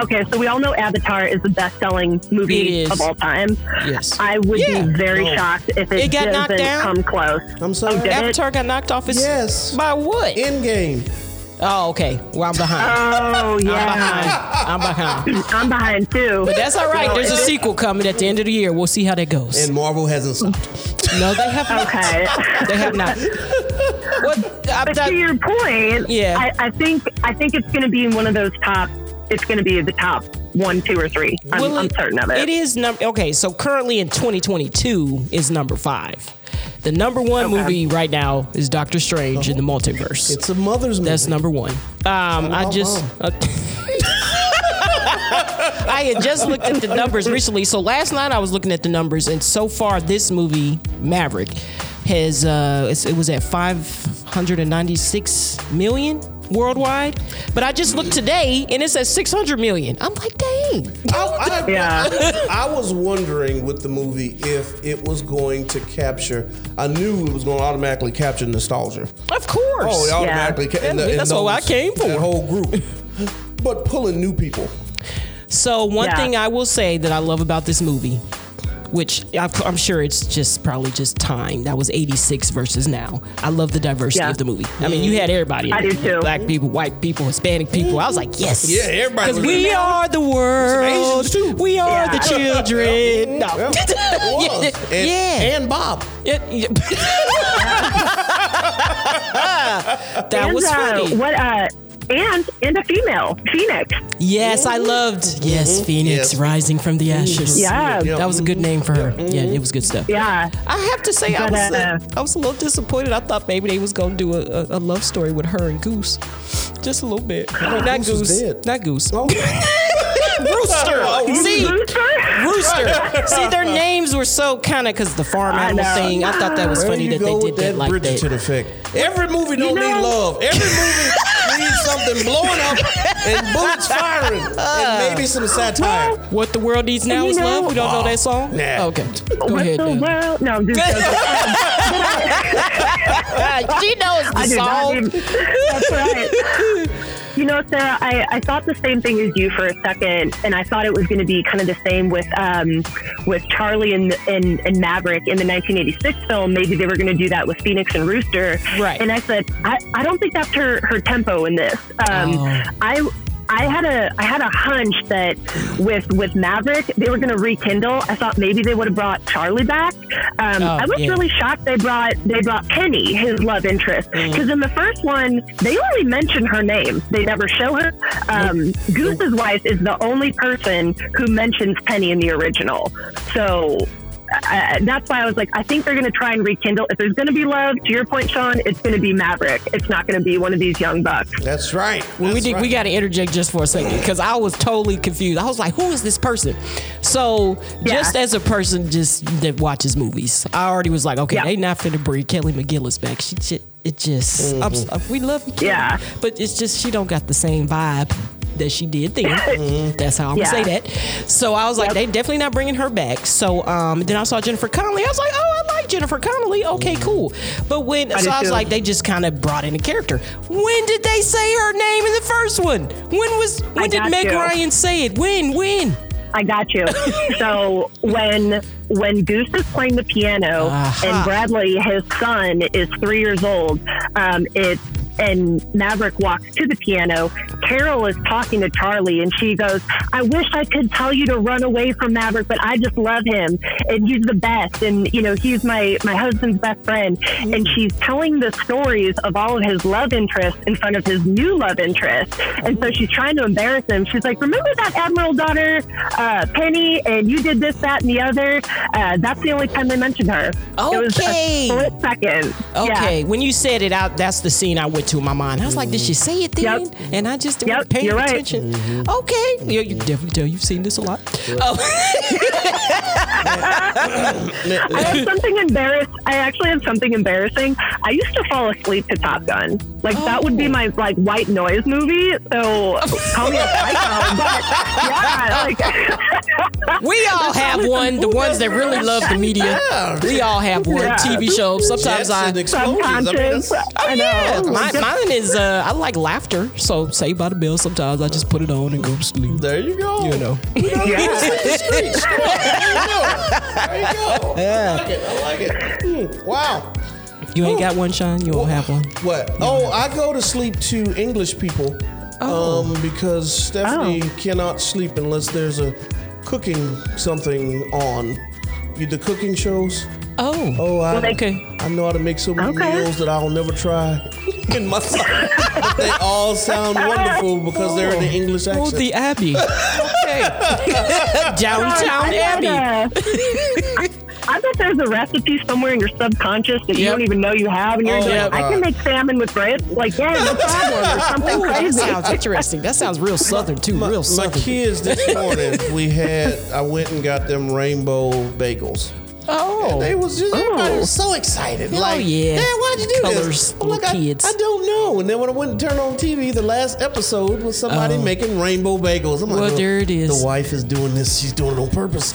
S5: okay. So we all know Avatar is the best-selling movie
S2: It is.
S5: of all time.
S2: Yes.
S5: I would
S2: Yeah.
S5: be very
S2: No.
S5: shocked if it,
S2: It got knocked
S5: doesn't
S2: down?
S5: come close.
S4: I'm sorry.
S5: Oh, did it?
S2: Avatar got knocked off his.
S4: Yes.
S2: By what?
S4: Endgame.
S2: Oh, okay. Well, I'm behind.
S5: Oh yeah,
S2: I'm behind.
S5: I'm behind too.
S2: But that's all right.
S5: No,
S2: There's a
S5: it-
S2: sequel coming at the end of the year. We'll see how that goes.
S4: And Marvel hasn't stopped.
S2: no, they have not.
S5: Okay.
S2: They have not. What? I'm
S5: But
S2: not-
S5: to your point,
S2: Yeah.
S5: I, I think I think it's going to be in one of those top. It's going to be the top one, two, or three. I'm,
S2: Well,
S5: I'm certain of it.
S2: It is number okay. So currently in 2022 is number five. The number one movie right now is Doctor Strange in the Multiverse.
S4: It's a mother's movie.
S2: That's number one. Um, I just. I had just looked at the numbers recently. So last night I was looking at the numbers, and so far this movie, Maverick, has uh, it's, it was at 596 million worldwide. But I just looked today, and it's at 600 million. I'm like, dang.
S4: I, I,
S5: Yeah.
S4: I was wondering with the movie if it was going to capture. I knew it was going to automatically capture nostalgia.
S2: Of course.
S4: Oh, it automatically. ca- and the- and
S2: That's what I
S4: those-
S2: came for.
S4: That whole group, but pulling new people.
S2: So one
S5: Yeah.
S2: thing I will say that I love about this movie, which I- I'm sure it's just probably just time. That was '86 versus now. I love the diversity
S5: Yeah.
S2: of the movie. I mean, you had everybody. in
S5: I
S2: it.
S5: do too.
S2: Black people, white people, Hispanic people. I was like, yes.
S4: Yeah, everybody
S2: Because
S4: was in
S2: we
S4: it.
S2: are the world.
S4: Asians too.
S2: We are
S5: Yeah.
S2: the children. No.
S4: Yeah, it was.
S2: yeah.
S4: And,
S2: yeah.
S4: and Bob.
S2: It- yeah. that
S5: and,
S2: was
S5: uh,
S2: funny.
S5: What? Uh, and and a female Phoenix.
S2: Yes, I loved. Mm-hmm. Yes, Phoenix
S4: Yes.
S2: rising from the ashes.
S5: Yeah.
S2: that was a good name for her. Yeah, it was good stuff.
S5: Mm-hmm. Yeah.
S2: I have to say, I
S5: But,
S2: was
S5: uh,
S2: uh, I was a little disappointed. I thought maybe they was gonna do a, a, a love story with her and Goose, just a little bit. No, not
S4: Goose is
S2: Goose,
S4: dead.
S2: not Goose.
S5: Oh.
S2: Rooster. See,
S5: Rooster?
S2: Rooster. See, their names were so kind of because the farm
S5: I
S2: animal
S5: know.
S2: thing. I thought that was
S4: Where
S2: funny
S4: you
S2: that
S4: go
S2: they did
S4: with that
S2: that like that.
S4: Bridgerton effect. Every movie don't need
S5: know-
S4: love. Every movie needs something blowing up and bullets firing and maybe some satire.
S2: What the world needs now
S5: You
S2: is
S5: know-
S2: love. We don't know that song.
S4: Nah.
S2: Okay, go
S5: What's
S2: ahead.
S5: the
S2: Now.
S5: world? No, I'm just
S2: Uh, she knows the
S5: I did not
S2: song.
S5: even, That's right. You know, Sarah, I, I thought the same thing as you for a second, and I thought it was going to be kind of the same with um, with Charlie and, and and Maverick in the 1986 film. Maybe they were going to do that with Phoenix and Rooster.
S2: Right.
S5: And I said, I, I don't think that's her her tempo in this. Um,
S2: Oh.
S5: I. I had a I had a hunch that with with Maverick they were going to rekindle. I thought maybe they would have brought Charlie back. Um,
S2: Oh,
S5: I was
S2: yeah.
S5: really shocked they brought they brought Penny, his love interest,
S2: Mm.
S5: because in the first one they only mention her name. They never show her. Um, Goose's wife is the only person who mentions Penny in the original, so. Uh, that's why I was like, I think they're going to try and rekindle. If there's going to be love, to your point, Sean, it's going to be Maverick. It's not going to be one of these young bucks.
S4: That's right.
S2: Well, we
S4: That's
S2: did,
S4: right.
S2: we got to interject just for a second because I was totally confused. I was like, "Who is this person?" So, just
S5: Yeah.
S2: as a person just that watches movies, I already was like, "Okay,
S5: Yeah.
S2: they not finna bring Kelly McGillis back." She, ju- it just, I'm s-
S4: Mm-hmm.
S2: uh, we love you, Kelly,
S5: Yeah.
S2: but it's just she don't got the same vibe that she did then. That's how I'm
S5: Mm-hmm.
S2: gonna
S5: Yeah.
S2: say that. So I was like, they definitely not bringing her back. So um, then I saw Jennifer Connelly. I was like, "Oh, I like Jennifer Connelly. Okay,
S4: Mm-hmm.
S2: cool." But when so
S5: did
S2: I was
S5: too.
S2: like, they just kind of brought in a character. When did they say her name in the first one? When was when did
S5: got
S2: Meg
S5: you.
S2: Ryan say it? When? When?
S5: I got you. so when when Goose is playing the piano and Bradley, his son, is three years old, um, it's and Maverick walks to the piano. Carol is talking to Charlie, and she goes, "I wish I could tell you to run away from Maverick, but I just love him, and he's the best, and you know he's my my husband's best friend."
S2: Mm-hmm.
S5: And she's telling the stories of all of his love interests in front of his new love interest, and
S2: Mm-hmm.
S5: so she's trying to embarrass him. She's like, "Remember that admiral daughter, uh, Penny, and you did this, that, and the other." Uh, that's the only time they mentioned her. It was
S2: Okay.
S5: a split second. Yeah.
S2: Okay, when you said it out, that's the scene I went to in my mind. I was like, did she say it then?
S5: Yep.
S2: And I just didn't
S5: Yep,
S2: pay
S5: you're right. Mm-hmm.
S2: attention. Okay, yeah, you definitely tell you've seen this a lot. Oh.
S5: I have something embarrassed. I actually have something embarrassing. I used to fall asleep to Top Gun. Like that would be
S2: Oh.
S5: my like white noise movie. So call me a psycho, but yeah, like
S2: We all have one. The ones that really love the media. We all have one.
S5: Yeah.
S2: TV show. Sometimes
S5: Jets
S2: I.
S5: and explosions. I mean, Subconscious. that's-
S2: Oh,
S5: I
S2: yeah.
S5: know.
S2: Mine, mine is. Uh, I like laughter. So Saved by the Bell. Sometimes I just put it on and go to sleep.
S4: There you go.
S2: You know.
S4: I like it. Hmm, Wow.
S2: You
S4: Oh.
S2: ain't got one, Sean. You won't have one.
S4: What? Oh, I go to sleep to English people.
S2: Oh.
S4: Um, because Stephanie cannot sleep unless there's a cooking something on. You the cooking shows?
S2: Oh.
S4: Oh, I,
S2: Well, they- Okay.
S4: I know how to make so many meals that I'll never try in my life. they all sound wonderful because they're in the English accent.
S2: Oh, the Abbey. Okay. Downtown
S5: I
S2: Abbey.
S5: bet, uh, I bet there's a recipe somewhere in your subconscious that you don't even know you have, and you're
S2: Oh,
S5: just
S2: yeah.
S5: like, I can make salmon with bread. Like, yeah, no problem, or something
S2: Ooh, that
S5: crazy.
S2: sounds interesting. That sounds real southern too. real
S4: My
S2: southern.
S4: kids this morning, we had, I went and got them rainbow bagels.
S2: Oh.
S4: And they was just everybody
S2: Oh.
S4: was so excited.
S2: Oh,
S4: like,
S2: yeah.
S4: Dad, why'd you do
S2: Colors,
S4: this? I'm like,
S2: little
S4: I,
S2: kids.
S4: I don't know. And then when I went and turned on TV, the last episode was somebody
S2: Oh.
S4: making rainbow bagels. I'm like,
S2: Well,
S4: "Look,
S2: there it is.
S4: The wife is doing this. She's doing it on purpose.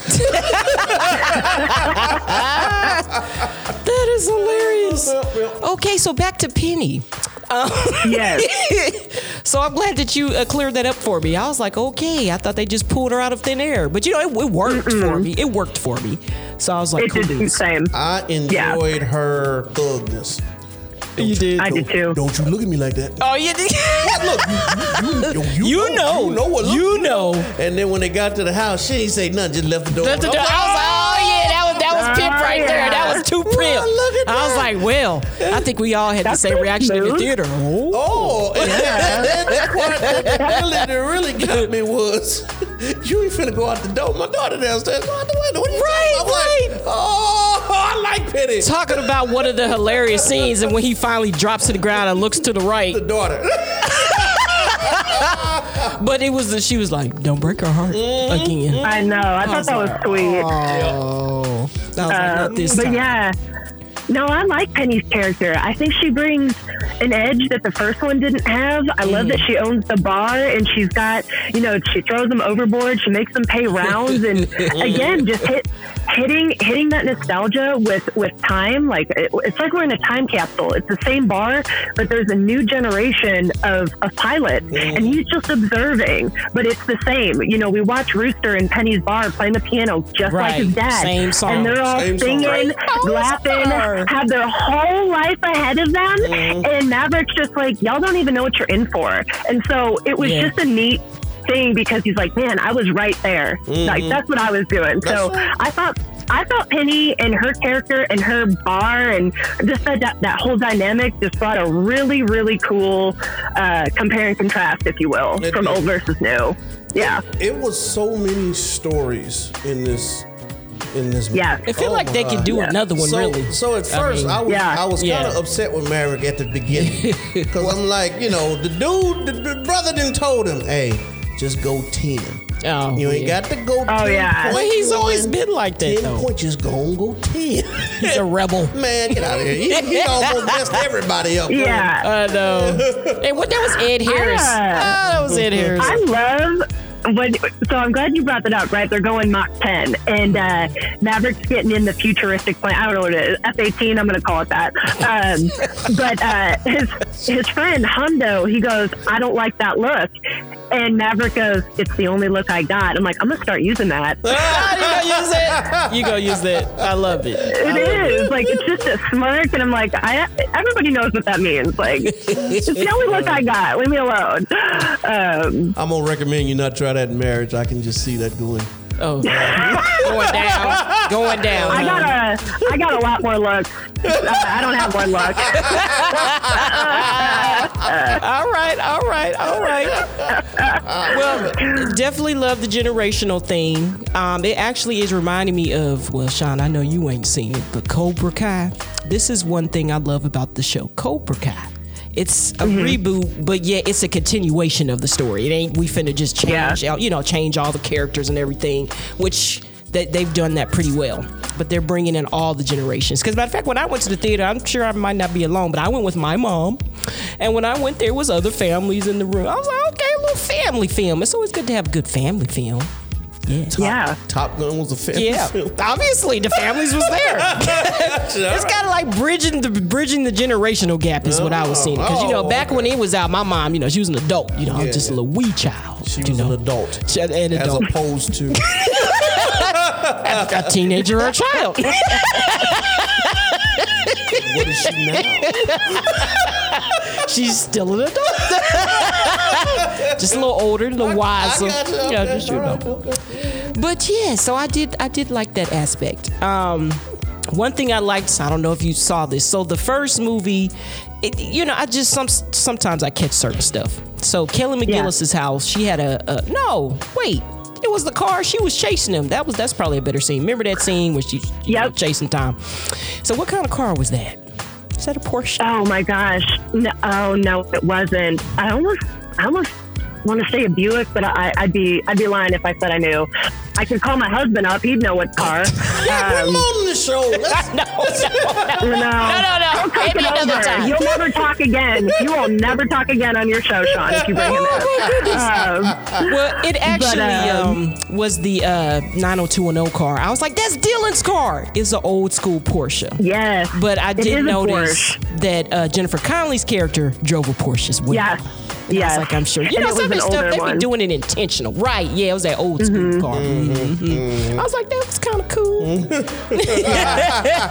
S2: That is hilarious. Okay, so back to Penny. Um,
S5: Yes.
S2: so I'm glad that you uh, cleared that up for me. I was like, okay, I thought they just pulled her out of thin air, but you know, it, it worked for me. It worked for me. So I was like,
S5: It did the
S2: kudos.
S5: same.
S4: I enjoyed her thugness.
S2: You did.
S5: I did too.
S4: Don't you look at me like that.
S2: Oh, you did.
S4: Look, you, you, you know, Oh, you know what? Look, you know. And then when they got to the house, she didn't say nothing. Just left the door.
S2: Left the
S4: open.
S2: door- I was like, oh, yeah, that was- that was
S5: pimp right there. That was
S2: too pimp. I was like, well, I think we all had the same reaction in the theater. Oh,
S4: Oh, and that, that, that, that, that really, that really got me was you ain't finna go out the door. My daughter downstairs, go out the window. What are you
S2: Right,
S4: talking about? I'm Like, oh, I like Penny.
S2: talking about one of the hilarious scenes, and when he finally drops to the ground and looks to the right,
S4: the daughter.
S2: But it was that she was like, "Don't break her heart again."
S5: I know. I, thought that was sweet.
S2: Oh, I was like, not
S5: Um,
S2: this
S5: but
S2: time.
S5: yeah. No, I like Penny's character. I think she brings an edge that the first one didn't have. I love
S2: Mm.
S5: that she owns the bar and she's got, you know, she throws them overboard. She makes them pay rounds, and again, just hit hitting hitting that nostalgia with with time. Like it, it's like we're in a time capsule. It's the same bar, but there's a new generation of of pilots,
S2: Mm.
S5: and he's just observing. But it's the same. You know, we watch Rooster in Penny's bar playing the piano just like
S2: Right.
S5: his dad,
S2: Same song.
S5: and they're all
S2: Same song.
S5: singing,
S2: Right.
S5: laughing, have their whole life ahead of them. And Maverick's just like, y'all don't even know what you're in for. And so it was
S2: Yeah.
S5: just a neat thing because he's like, man, I was right there. Like, that's what I was doing. so I thought. I thought Penny and her character and her bar and just that, that, that whole dynamic just brought a really, really cool uh, compare and contrast, if you will,
S4: It
S5: from
S4: did.
S5: old versus new. Yeah.
S4: It was so many stories in this in this movie. Oh
S5: Yeah.
S2: It feel like they could do another one,
S4: so,
S2: really.
S4: So at
S2: I
S4: first
S2: mean-
S4: I, was
S5: Yeah.
S4: I was kind
S2: Yeah.
S4: of upset with Maverick at the beginning because I'm like, you know, the dude, the, the brother, then told him, hey, just go ten.
S2: Oh,
S4: You ain't
S2: yeah.
S4: got to go.
S5: Oh,
S4: 10
S5: yeah.
S4: point
S2: Well, he's always
S4: one.
S2: been like that,
S4: Ten
S2: though.
S4: point, just go and go ten.
S2: He's a rebel.
S4: Man, get out of here. He, he almost messed everybody up.
S5: Yeah.
S2: I know. And what that was Ed Harris. Oh,
S5: Yeah.
S2: that was Ed Harris.
S5: I love when. So I'm glad you brought that up. Right, they're going Mach 10, and uh, Maverick's getting in the futuristic plane. I don't know what it is. F-18. I'm going to call it that. Um, but uh, his his friend Hondo, he goes, I don't like that look. And Maverick goes, It's the only look I got. I'm like, I'm going to start using that.
S2: Ah, you gonna use that? You gonna use that? I love it.
S5: It is like it's just a smirk, and I'm like, I everybody knows what that means. Like, it's the only look I got. Leave me alone. Um,
S4: I'm gonna recommend you not try that in marriage. I can just see that going.
S2: Oh, going down, going down.
S5: I got a, I got a lot more luck. Uh, I don't have one luck.
S2: all right, all right, all right. Uh, well, definitely love the generational thing. Um, it actually is reminding me of, well, Sean, I know you ain't seen it, but Cobra Kai. This is one thing I love about the show, Cobra Kai. It's a
S5: Mm-hmm.
S2: reboot, but yet it's a continuation of the story. It ain't we finna just uh, change,
S5: Yeah.
S2: out, you know, change all the characters and everything, which they, they've done that pretty well. But they're bringing in all the generations. Because matter of fact, when I went to the theater, I'm sure I might not be alone, but I went with my mom, and when I went, there was other families in the room. I was like, okay, a little family film. It's always good to have a good family film. Yeah.
S4: Top, Top Gun was a family
S2: Yeah,
S4: film.
S2: obviously the families was there. it's kind of like bridging the bridging the generational gap is what I was seeing because you know
S4: Oh,
S2: back when it was out, my mom, you know, she was an adult. You know, I
S4: Yeah.
S2: was just a little wee child. She was an
S4: adult,
S2: she, an
S4: As
S2: adult,
S4: opposed to
S2: a teenager or a child.
S4: what is she now?
S2: She's still an adult. just a little older, a little wiser.
S4: gotcha.
S2: Yeah,
S4: Okay,
S2: just, you
S4: all
S2: know.
S4: right,
S2: But yeah, so I did I did like that aspect. Um one thing I liked, so I don't know if you saw this. So the first movie, it, you know, I just some sometimes I catch certain stuff. So Kelly McGillis's house, she had a, a no, wait. It was the car she was chasing him. That was that's probably a better scene. Remember that scene where she you know, chasing Tom? So what kind of car was that? Is that a Porsche?
S4: Uh,
S5: Oh my gosh! No, oh no, it wasn't. I almost, I almost want to say a Buick, but I, I'd be, I'd be lying if I said I knew. I could call my husband up; he'd know what car.
S4: We're
S5: Um,
S4: on the show. Let's,
S5: no, no, He'll take
S4: Maybe
S5: it
S4: another
S5: over.
S4: time.
S5: You'll never talk again. You will never talk again on your show, Sean. If you bring him in. Um,
S2: well, it
S5: but, uh,
S2: actually um, was the uh, 90210 car. I was like, that's Dylan's car. It's an old school Porsche.
S5: Yes.
S2: But I
S5: It is
S2: did
S5: a
S2: notice that uh, Jennifer Connelly's character drove a Porsche as well. Yes. And I
S5: yes.
S2: was like, I'm sure. You
S5: And
S2: know,
S5: it
S2: some of
S5: was an
S2: this stuff,
S5: older
S2: they be
S5: one. Mm-hmm.
S2: doing it intentional. Right. Yeah, it was that old school car. Mhm, mhm. I was like, that was kind of cool.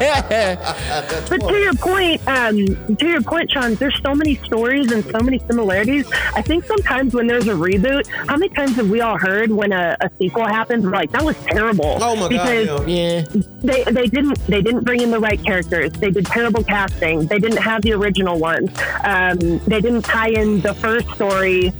S5: But to your point, um, to your point, Sean, there's so many stories and so many similarities. I think sometimes when there's a reboot, how many times have we all heard when a, a sequel happens? We're like, that was terrible.
S4: Oh my
S5: because
S4: god.
S2: Yeah.
S5: They, they didn't they didn't bring in the right characters. They did terrible casting. They didn't have the original ones. Um, they didn't tie in the first story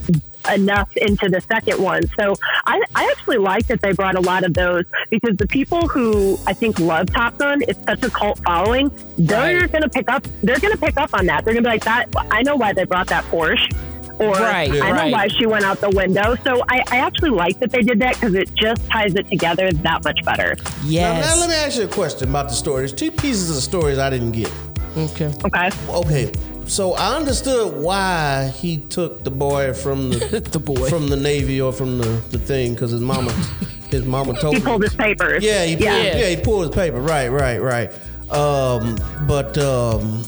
S5: enough into the second one. So I, I actually like that they brought a lot of those because the people who I think love Top Gun, it's such a cult following. They're gonna pick up. They're gonna pick up on that. They're gonna be like that. I know why they brought that Porsche. Or
S2: Right,
S5: I know
S2: right.
S5: why she went out the window. So I, I actually like that they did that because it just ties it together that much better.
S4: Now, now let me ask you a question about the story. There's two pieces of the stories I didn't get.
S2: Okay.
S5: Okay.
S4: Okay. So I understood why he took the boy from the
S2: the boy
S4: from the navy or from the, the thing because his mama his mama told
S5: He
S4: him.
S5: pulled his papers.
S4: Yeah, he pulled, yeah.
S5: yeah.
S4: he pulled his paper. Right, right, right. Um, but um,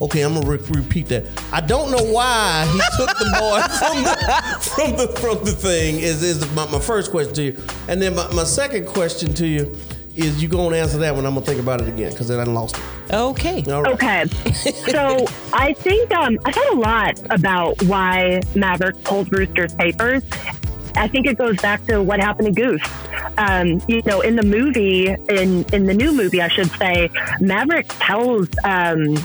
S4: okay, I'm gonna re- repeat that. I don't know why he took the boy from the from the from the thing. Is is my, my first question to you, and then my, my second question to you is you gonna answer that when I'm gonna think about it again because then I lost it.
S2: Okay.
S4: All right.
S5: Okay. so I think um, I thought a lot about why Maverick pulled Rooster's papers. I think it goes back to what happened to Goose. Um, you know, in the movie, in in the new movie, I should say, Maverick tells. Um,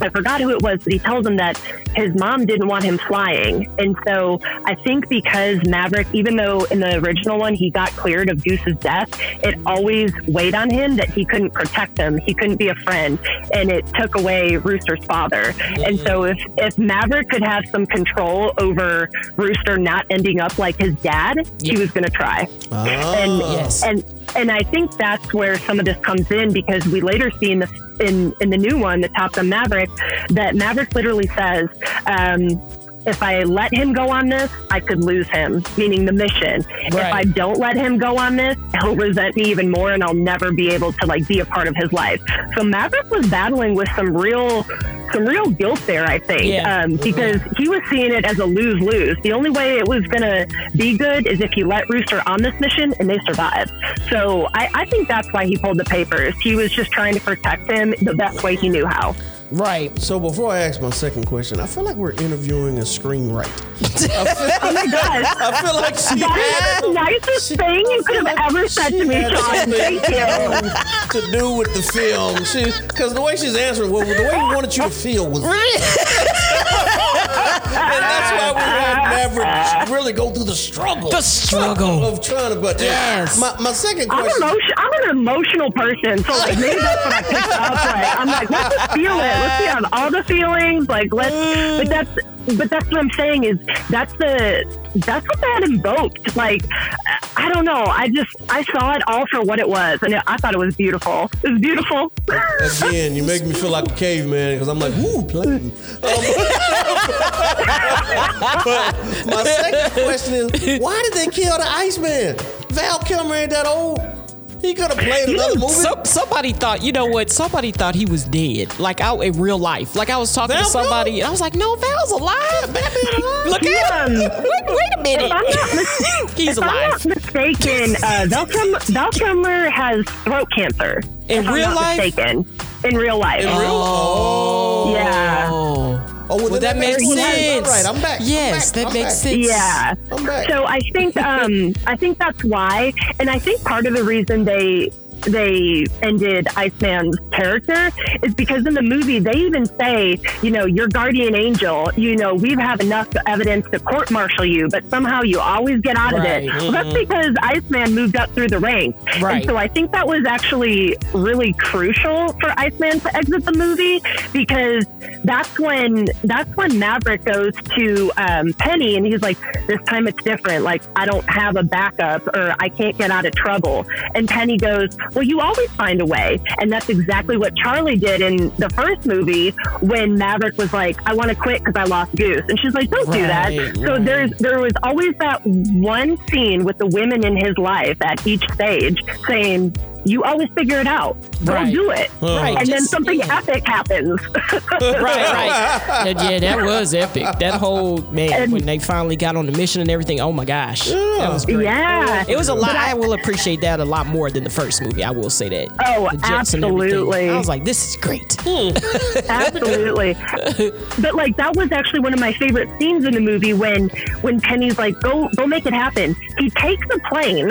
S5: I forgot who it was, but he tells him that his mom didn't want him flying. And so I think because Maverick, even though in the original one he got cleared of Goose's death, it always weighed on him that he couldn't protect him, he couldn't be a friend, and it took away Rooster's father. And so if, if Maverick could have some control over Rooster not ending up like his dad, he was going to try.
S4: Ah.
S5: And, and and I think that's where some of this comes in because we later see in the in, in the new one, the Top Gun Maverick, that Maverick literally says, um, "If I let him go on this, I could lose him," meaning the mission. If
S12: Right.
S5: I don't let him go on this, he'll resent me even more, and I'll never be able to like be a part of his life. So Maverick was battling with some real some real guilt there, I think,
S12: Yeah.
S5: um, because he was seeing it as a lose lose. The only way it was going to be good is if he let Rooster on this mission and they survived. So I, I think that's why he pulled the papers. He was just trying to protect him the best way he knew how.
S2: Right.
S4: So before I ask my second question, I feel like we're interviewing a screenwriter.
S5: oh my gosh.
S4: I feel like she
S5: That is the nicest thing you could have ever said to me,
S4: had
S5: Sean.
S4: something
S5: Thank you.
S4: to do with the film. Because the way she's answering, well, the way we wanted you to feel was. and that's why we had Maverick really go through the struggle.
S2: The struggle.
S4: Of trying to, but
S5: Yes.
S4: My, my second
S5: I'm,
S4: question.
S5: emotion- I'm an emotional person, so like maybe that's what I picked up. Like, I'm like, let's just feel it. Let's feel all the feelings. Like, let's. But that's but that's what I'm saying is that's the that's what that invoked. Like I don't know. I just I saw it all for what it was, and I thought it was beautiful. It was beautiful.
S4: Again, you make me feel like a caveman because I'm like, ooh, platinum. but my second question is, why did they kill the Iceman? Val Kilmer ain't that old. He could have played another movie.
S2: Some, somebody thought, you know what? Somebody thought he was dead, like out in real life. Like I was talking
S5: Val
S2: to somebody,
S5: Kilmer?
S2: and I was like, "No, Val's alive. Look
S5: Yeah.
S2: at him. Wait, wait a minute.
S5: If I'm not, mis-
S2: He's
S5: if I'm
S2: alive.
S5: not mistaken, uh, Val, Kilmer, Val Kilmer has throat cancer.
S2: In
S5: if
S2: real
S5: I'm not
S2: life?
S5: Mistaken. In real life.
S2: In real- Oh.
S5: Yeah.
S2: Oh,
S4: well,
S2: well, that, makes sense.
S4: All right, I'm back. I'm
S2: Yes,
S4: back.
S2: that
S4: I'm
S2: makes
S4: back.
S2: sense.
S5: Yeah.
S4: I'm back.
S5: So I think um, I think that's why, and I think part of the reason they they ended Iceman's character is because in the movie they even say, you know, your guardian angel, you know, we have enough evidence to court martial you, but somehow you always get out
S2: Right.
S5: of it. Well, that's because Iceman moved up through the ranks.
S2: Mm-hmm. Right.
S5: And so I think that was actually really crucial for Iceman to exit the movie because that's when that's when Maverick goes to um, Penny and he's like, "This time it's different. Like I don't have a backup or I can't get out of trouble." And Penny goes, "Well, you always find a way." And that's exactly what Charlie did in the first movie when Maverick was like, "I want to quit because I lost Goose," and she's like, "Don't do
S2: Right,
S5: that." So
S2: right.
S5: there's there was always that one scene with the women in his life at each stage saying, "You always figure it out. Go
S2: Right.
S5: do it."
S2: Right,
S5: And then
S2: just-
S5: something epic happens.
S2: right, right. And yeah, that was epic. That whole man when they finally got on the mission and everything. Oh my gosh, that was great.
S5: Yeah.
S2: It was a lot.
S5: But I-
S2: I will appreciate that a lot more than the first movie. I will say that.
S5: Oh,
S2: The jets and everything.
S5: absolutely.
S2: I was like, this is great.
S5: absolutely. But like that was actually one of my favorite scenes in the movie when when Penny's like, "Go, go make it happen." He takes a plane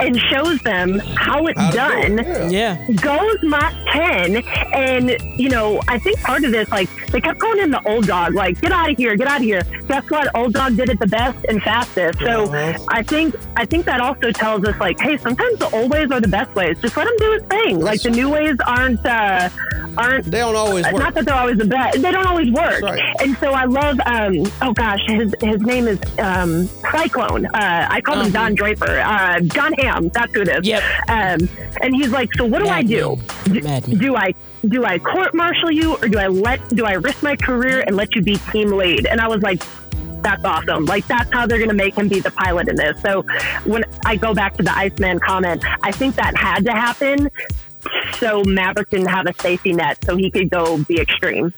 S5: and shows them how it's done.
S2: Yeah.
S5: goes Mach 10. And, you know, I think part of this, like, they kept calling him the old dog, like, get out of here, get out of here. Guess what? Old dog did it the best and fastest. So I think I think that also tells us, like, hey, sometimes the old ways are the best ways. Just let him do his thing. Like, the new ways aren't, uh, aren't,
S4: they don't always work.
S5: Uh, Not that they're always the best. They don't always work. And so I love, um, oh gosh, his, his name is um, Cyclone. Uh, I call him Don Draper. Uh, John Ham, that's who it is. Yep. Um, and he's like, so what do I do? D- do I do I court martial you, or do I let do I risk my career and let you be team lead? And I was like, that's awesome. Like that's how they're going to make him be the pilot in this. So when I go back to the Iceman comment, I think that had to happen so Maverick didn't have a safety net so he could go be extreme.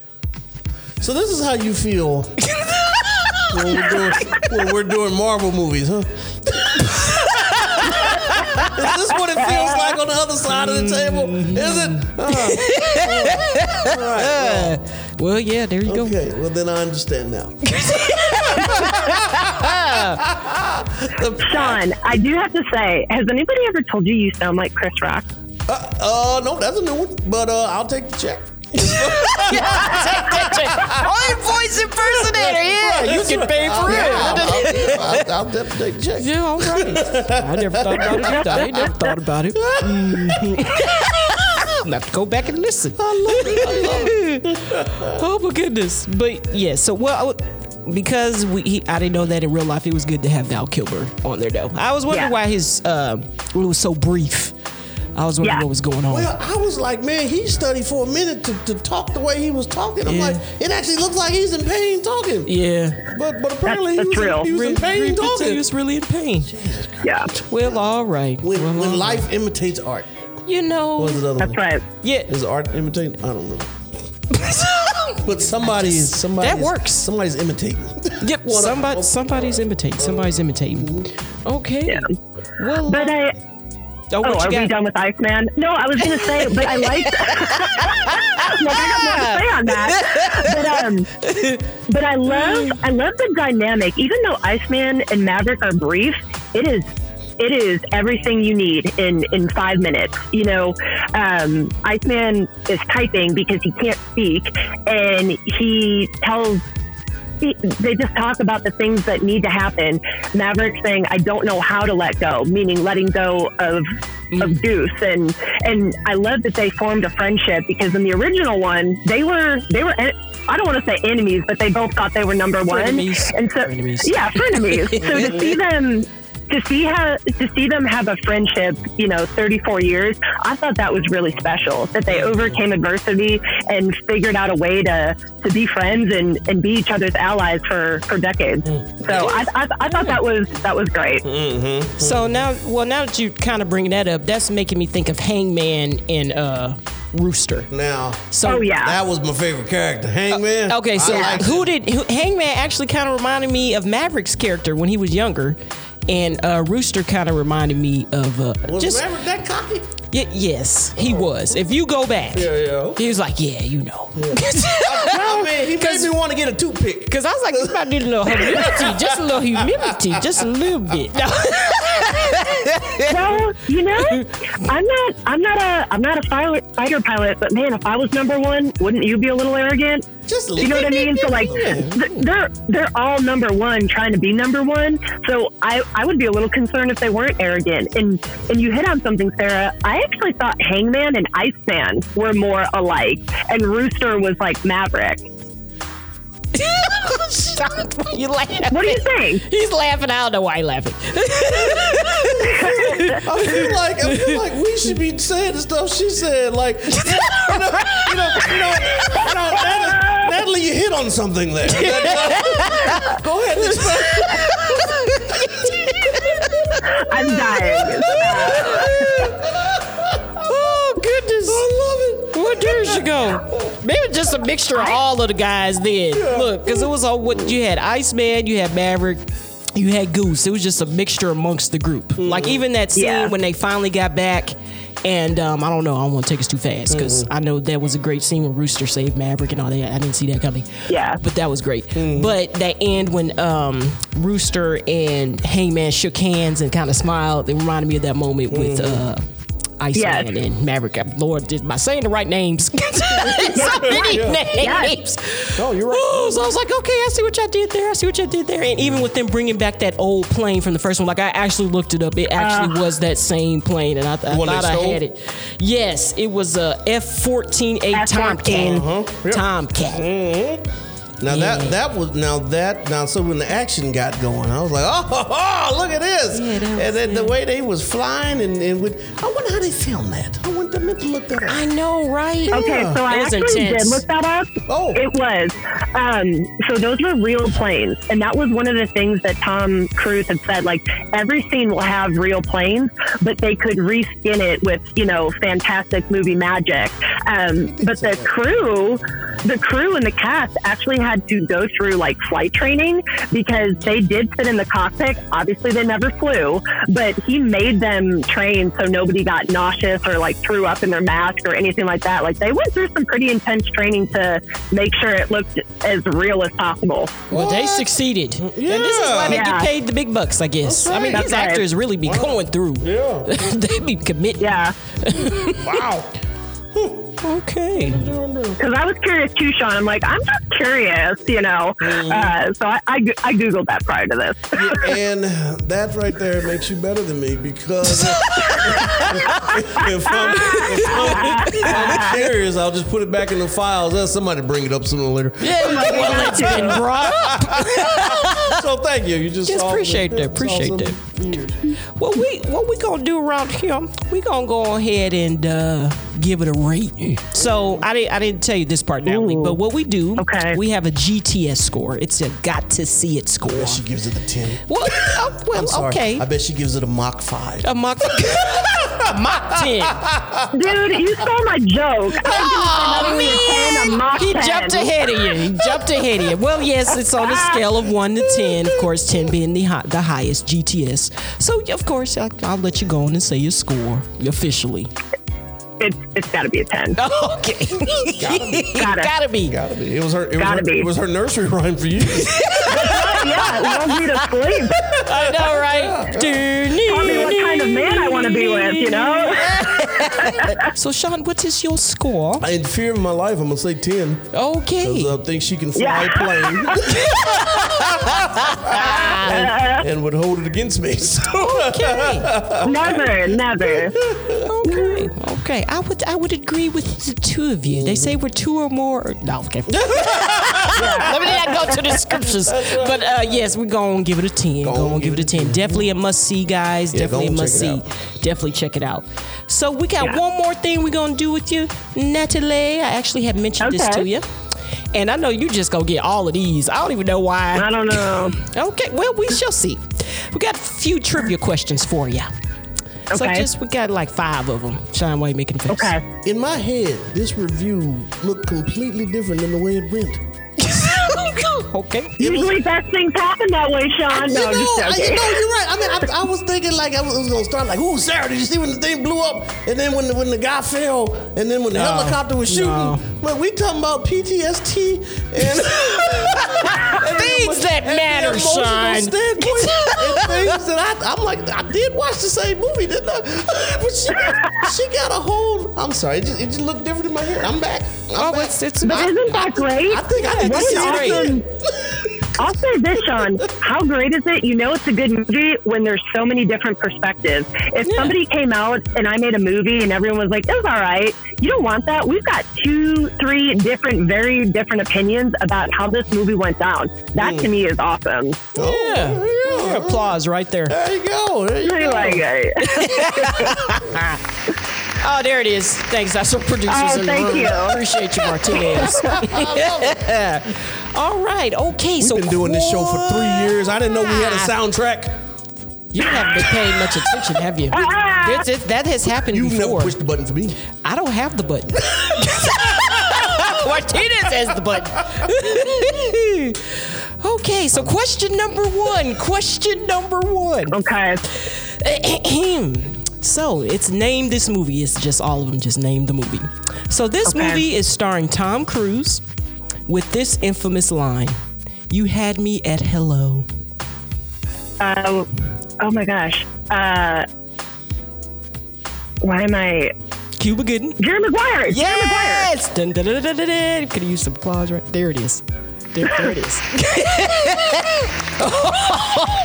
S4: So this is how you feel when, we're doing, when we're doing Marvel movies, huh? is this what it feels like on the other side of the table? Is it? Uh, uh, all right,
S2: well. yeah, there you
S4: go. Okay, well then I understand now.
S5: Sean, I do have to say, has anybody ever told you you sound like Chris Rock?
S4: Uh, no, that's a new one, but uh, I'll take the check.
S2: Only voice impersonator, yeah.
S4: Right,
S2: You
S4: that's
S2: can
S4: right.
S2: pay for
S4: Yeah,
S2: it.
S4: I'll, I'll, I'll, I'll definitely take the check.
S2: Yeah, all right. I never thought about it. I ain't never thought about it. I'm gonna have to go back and listen. oh my goodness! But yeah, so well, because we he, I didn't know that in real life, it was good to have Val Kilmer on there though. I was wondering
S4: Yeah.
S2: why his um, it was so brief. I was wondering what was going on.
S4: Well, I was like, man, he studied for a minute to, to talk the way he was talking. I'm
S2: Yeah.
S4: like, it actually looks like he's in pain talking.
S2: yeah,
S4: But but apparently he was, in, he was in
S2: Re- re-
S4: pain
S2: He
S4: talking.
S2: was really in pain.
S5: Yeah.
S2: Well, all right.
S4: When,
S2: Well,
S4: when
S2: all
S4: life imitates art.
S2: You know.
S4: What was another
S2: That's
S4: one?
S5: right.
S2: Yeah.
S4: Is art imitating? I don't remember. but somebody is somebody
S2: That
S4: is-
S2: works.
S4: Somebody's imitating.
S2: Yep.
S4: One of-
S2: Somebody, somebody's imitating. Somebody's imitating. Okay. Well,
S5: but I.
S2: Oh, what you
S5: are we
S2: got?
S5: done with Iceman? No, I was going to say, but I liked. like, I got more to say on that. But, um, but I love, I love the dynamic. Even though Iceman and Maverick are brief, it is. It is everything you need in, in five minutes. You know, um, Iceman is typing because he can't speak, and he tells he- they just talk about the things that need to happen. Maverick saying, "I don't know how to let go," meaning letting go of
S2: Mm.
S5: of Goose, and and I love that they formed a friendship because in the original one they were they were en- I don't want to say enemies, but they both thought they were number one.
S2: Frenemies.
S5: And so,
S2: Frenemies.
S5: yeah, frenemies. so to see them, to see how to see them have a friendship, you know, 34 years, I thought that was really special. That they overcame adversity and figured out a way to to be friends and, and be each other's allies for for decades. So I, I, I thought that was that was great.
S4: Mm-hmm.
S2: So now, well, now that you kind of bring that up, that's making me think of Hangman and uh, Rooster.
S4: Now,
S2: So- Oh, yeah.
S4: that was my favorite character, Hangman.
S2: Okay, so
S4: I liked
S2: who
S4: him.
S2: did who, Hangman actually kind of reminded me of Maverick's character when he was younger, and uh, Rooster kind of reminded me of uh,
S4: was
S2: just
S4: Maverick that cocky?
S2: y- yes, he was. If you go back,
S4: Yeah, yeah.
S2: he was like, yeah, you know,
S4: I mean, Oh, he made me want to get a toothpick.
S2: because I was like, this might need a little humility, just a little humility, just a little bit. No.
S5: well, you know, I'm not, I'm not a, I'm not a fighter, fighter pilot, but man, if I was number one, wouldn't you be a little arrogant?
S4: Just a
S5: you know what I mean. So like, th- they're they're all number one, trying to be number one. So I I would be a little concerned if they weren't arrogant. And and you hit on something, Sarah. I actually thought Hangman and Iceman were more alike, and Rooster was like Maverick.
S2: Stop! You laughing?
S5: What do you think?
S2: He's laughing. I don't know why he's laughing.
S4: I feel like I feel like we should be saying the stuff she said. Like you know, you know, you know, you know Natalie, Natalie, you hit on something there. Go ahead. and explain.
S5: I'm dying.
S2: Oh goodness! I love it. What years ago? Maybe just a mixture of all of the guys then. Look, because it was all what you had: Iceman, you had Maverick, you had Goose. It was just a mixture amongst the group. Like even that scene
S5: Yeah.
S2: when they finally got back. And um, I don't know. I don't want to take us too fast
S5: Mm.
S2: because I know that was a great scene when Rooster saved Maverick and all that. I didn't see that coming.
S5: Yeah. Mm.
S2: but that was great. But that end when um, Rooster and Hangman shook hands and kind of smiled. It reminded me of that moment with uh, Iceman
S5: Mm. Yes.
S2: and Maverick. Lord, am I saying the right names? so many names.
S3: No, you're right.
S2: Ooh, so I was like, okay, I see what y'all did there. I see what y'all did there. And even with them bringing back that old plane from the first one, like I actually looked it up. It actually
S5: Uh.
S2: was that same plane, and I, th- I
S4: One they
S2: thought I
S4: stole?
S2: had it. Yes, it was a F fourteen A
S5: F-14.
S2: Tomcat.
S4: Uh-huh. Yep.
S2: Tomcat.
S5: Mm-hmm.
S4: Now
S2: Yeah.
S4: that that was now that now so when the action got going, I was like, oh, ho, ho, look at this!
S2: Yeah, that was
S4: and then the
S2: good.
S4: way they was flying and, and with, I wonder how they filmed that. I want them to look that up.
S2: I know, right?
S5: Okay, so
S2: Oh. It
S5: I
S2: was
S5: actually
S2: intense.
S5: did look that up.
S4: Oh.
S5: It was. Um, so those were real planes. And that was one of the things that Tom Cruise had said. Like, every scene will have real planes, but they could reskin it with, you know, fantastic movie magic. Um, but the crew, the crew and the cast actually had to go through like flight training because they did sit in the cockpit. Obviously, they never flew, but he made them train so nobody got nauseous or like threw up in their mask or anything like that. Like they went through some pretty intense training to make sure it looked as real as possible.
S2: Well, they
S4: What?
S2: succeeded. And
S4: Mm,
S2: this is why they
S5: Yeah.
S2: get paid the big bucks, I guess. I mean,
S5: right.
S2: these
S5: That's right.
S2: actors really be going through.
S4: Yeah.
S2: they be committing.
S5: Yeah.
S4: wow.
S2: Okay.
S5: Oh Because I was curious too, Sean. I'm like, I'm just curious, you know? Uh, so I, I, go- I Googled that prior to this.
S4: and that right there makes you better than me because if, I'm, if I'm- if I'm curious, I'll just put it back in the files. Let somebody bring it up sooner or later.
S2: Yeah, well, it's been brought up.
S4: So thank you. You just
S2: Yes,
S4: solved
S2: appreciate
S4: it.
S2: that, appreciate
S4: Solved
S2: that.
S4: something weird.
S2: What we what we gonna do around here? We gonna go ahead and uh, give it a rating. So I didn't I didn't tell you this part, Natalie,
S5: Ooh.
S2: but what we do,
S5: Okay.
S2: we have a GTS score. It's a got to see it score.
S4: I bet Oh, she gives it a ten.
S2: Well, oh, well
S4: I'm sorry.
S2: okay. Oh.
S4: I bet she gives it a Mach five.
S2: A mock, a mock ten.
S5: Oh, Dude, you stole my joke.
S2: Oh,
S5: I'm
S2: man. He jumped ahead of you. He jumped ahead of you. Well, yes, it's on a scale of 1 to 10. Of course, 10 being the, hi- the highest GTS. So, of course, I, I'll let you go on and say your score officially.
S5: It's, it's got to be a 10.
S2: Okay. Gotta be.
S5: Gotta.
S2: Gotta be.
S4: Gotta be. It was her. It was
S5: Gotta
S4: her,
S5: be.
S4: it was her nursery rhyme for you.
S5: yeah, love you to sleep.
S2: I know, right?
S5: Tell me what kind of man I want to be with, you know?
S2: So, Sean, what is your score?
S4: In fear of my life, I'm gonna say ten.
S2: Okay.
S4: Because I think she can fly
S5: Yeah.
S4: a plane. and, and would hold it against me. So
S2: okay.
S5: Never, never.
S2: Okay, okay. I would, I would agree with the two of you. They say we're two or more. No, okay. Let me not go to the descriptions. But uh, yes, we're gonna give it a ten. Go gonna give it a ten. Definitely a must see, guys.
S4: Yeah,
S2: Definitely a
S4: go
S2: must
S4: check
S2: see.
S4: it
S2: Definitely check it out. So we got one more thing we're gonna do with you, Natalie. I actually had mentioned this
S5: Okay.
S2: to you. And I know you just gonna get all of these. I don't even know why.
S5: I don't know.
S2: okay, well we shall see. We got a few trivia questions for you. So
S5: Okay.
S2: just we got like five of them. Shine Way making face.
S5: Okay.
S4: In my head, this review looked completely different than the way it went.
S2: okay.
S5: Usually best things happen that way, Sean.
S4: you
S5: No,
S4: know,
S5: I'm just
S4: I- you
S5: joking.
S4: know, you're right. I mean, I, I was thinking like I was, it was gonna start like, "Ooh, Sarah, did you see when the thing blew up?" And then when the, when the guy fell, and then when the
S2: No,
S4: helicopter was shooting.
S2: no.
S4: But we talking about PTSD and, and
S2: Things
S4: the-
S2: that
S4: and the
S2: matter,
S4: emotional
S2: son.
S4: standpoint and things that I, I'm like, I did watch the same movie, didn't I? but she got, she got a whole. I'm sorry, it just, it just looked different in my head. I'm back. I'm
S2: Oh,
S4: back.
S2: it's it's
S5: But isn't that great?
S4: I think I need to
S5: What
S4: see
S5: an
S4: it again.
S5: awesome. I'll say this, Sean. How great is it? You know, it's a good movie when there's so many different perspectives. If
S2: Yeah.
S5: somebody came out and I made a movie and everyone was like, it was all right, you don't want that. We've got two, three different, very different opinions about how this movie went down. That to me is awesome.
S2: yeah. yeah. Applause right there.
S4: There you go. There you
S5: I
S4: go.
S5: like it.
S2: Oh, there it is. Thanks. That's some producers
S5: Oh,
S2: in
S5: thank
S2: the room.
S5: you.
S2: Appreciate you, Martinez. All right. Okay. so
S4: We've been doing this show for three years. I didn't know we had a
S2: Quad-
S4: soundtrack.
S2: You haven't been paying much attention, have you?
S5: Uh-uh.
S2: This is- that has happened
S4: You've
S2: before.
S4: never pushed the button for me.
S2: I don't have the button. Martinez has the button. okay, so question number one. Question number one.
S5: Okay.
S2: so it's named this movie. It's just all of them. Just name the movie. So this
S5: Okay.
S2: movie is starring Tom Cruise with this infamous line: "You had me at hello."
S5: Uh, oh my gosh. Uh, why am I.
S2: Cuba Gooden.
S5: Jerry Maguire. Jerry Maguire.
S2: Yes. Dun, dun, dun, dun, dun, dun. Could have used some applause right there. It is. There, there it is.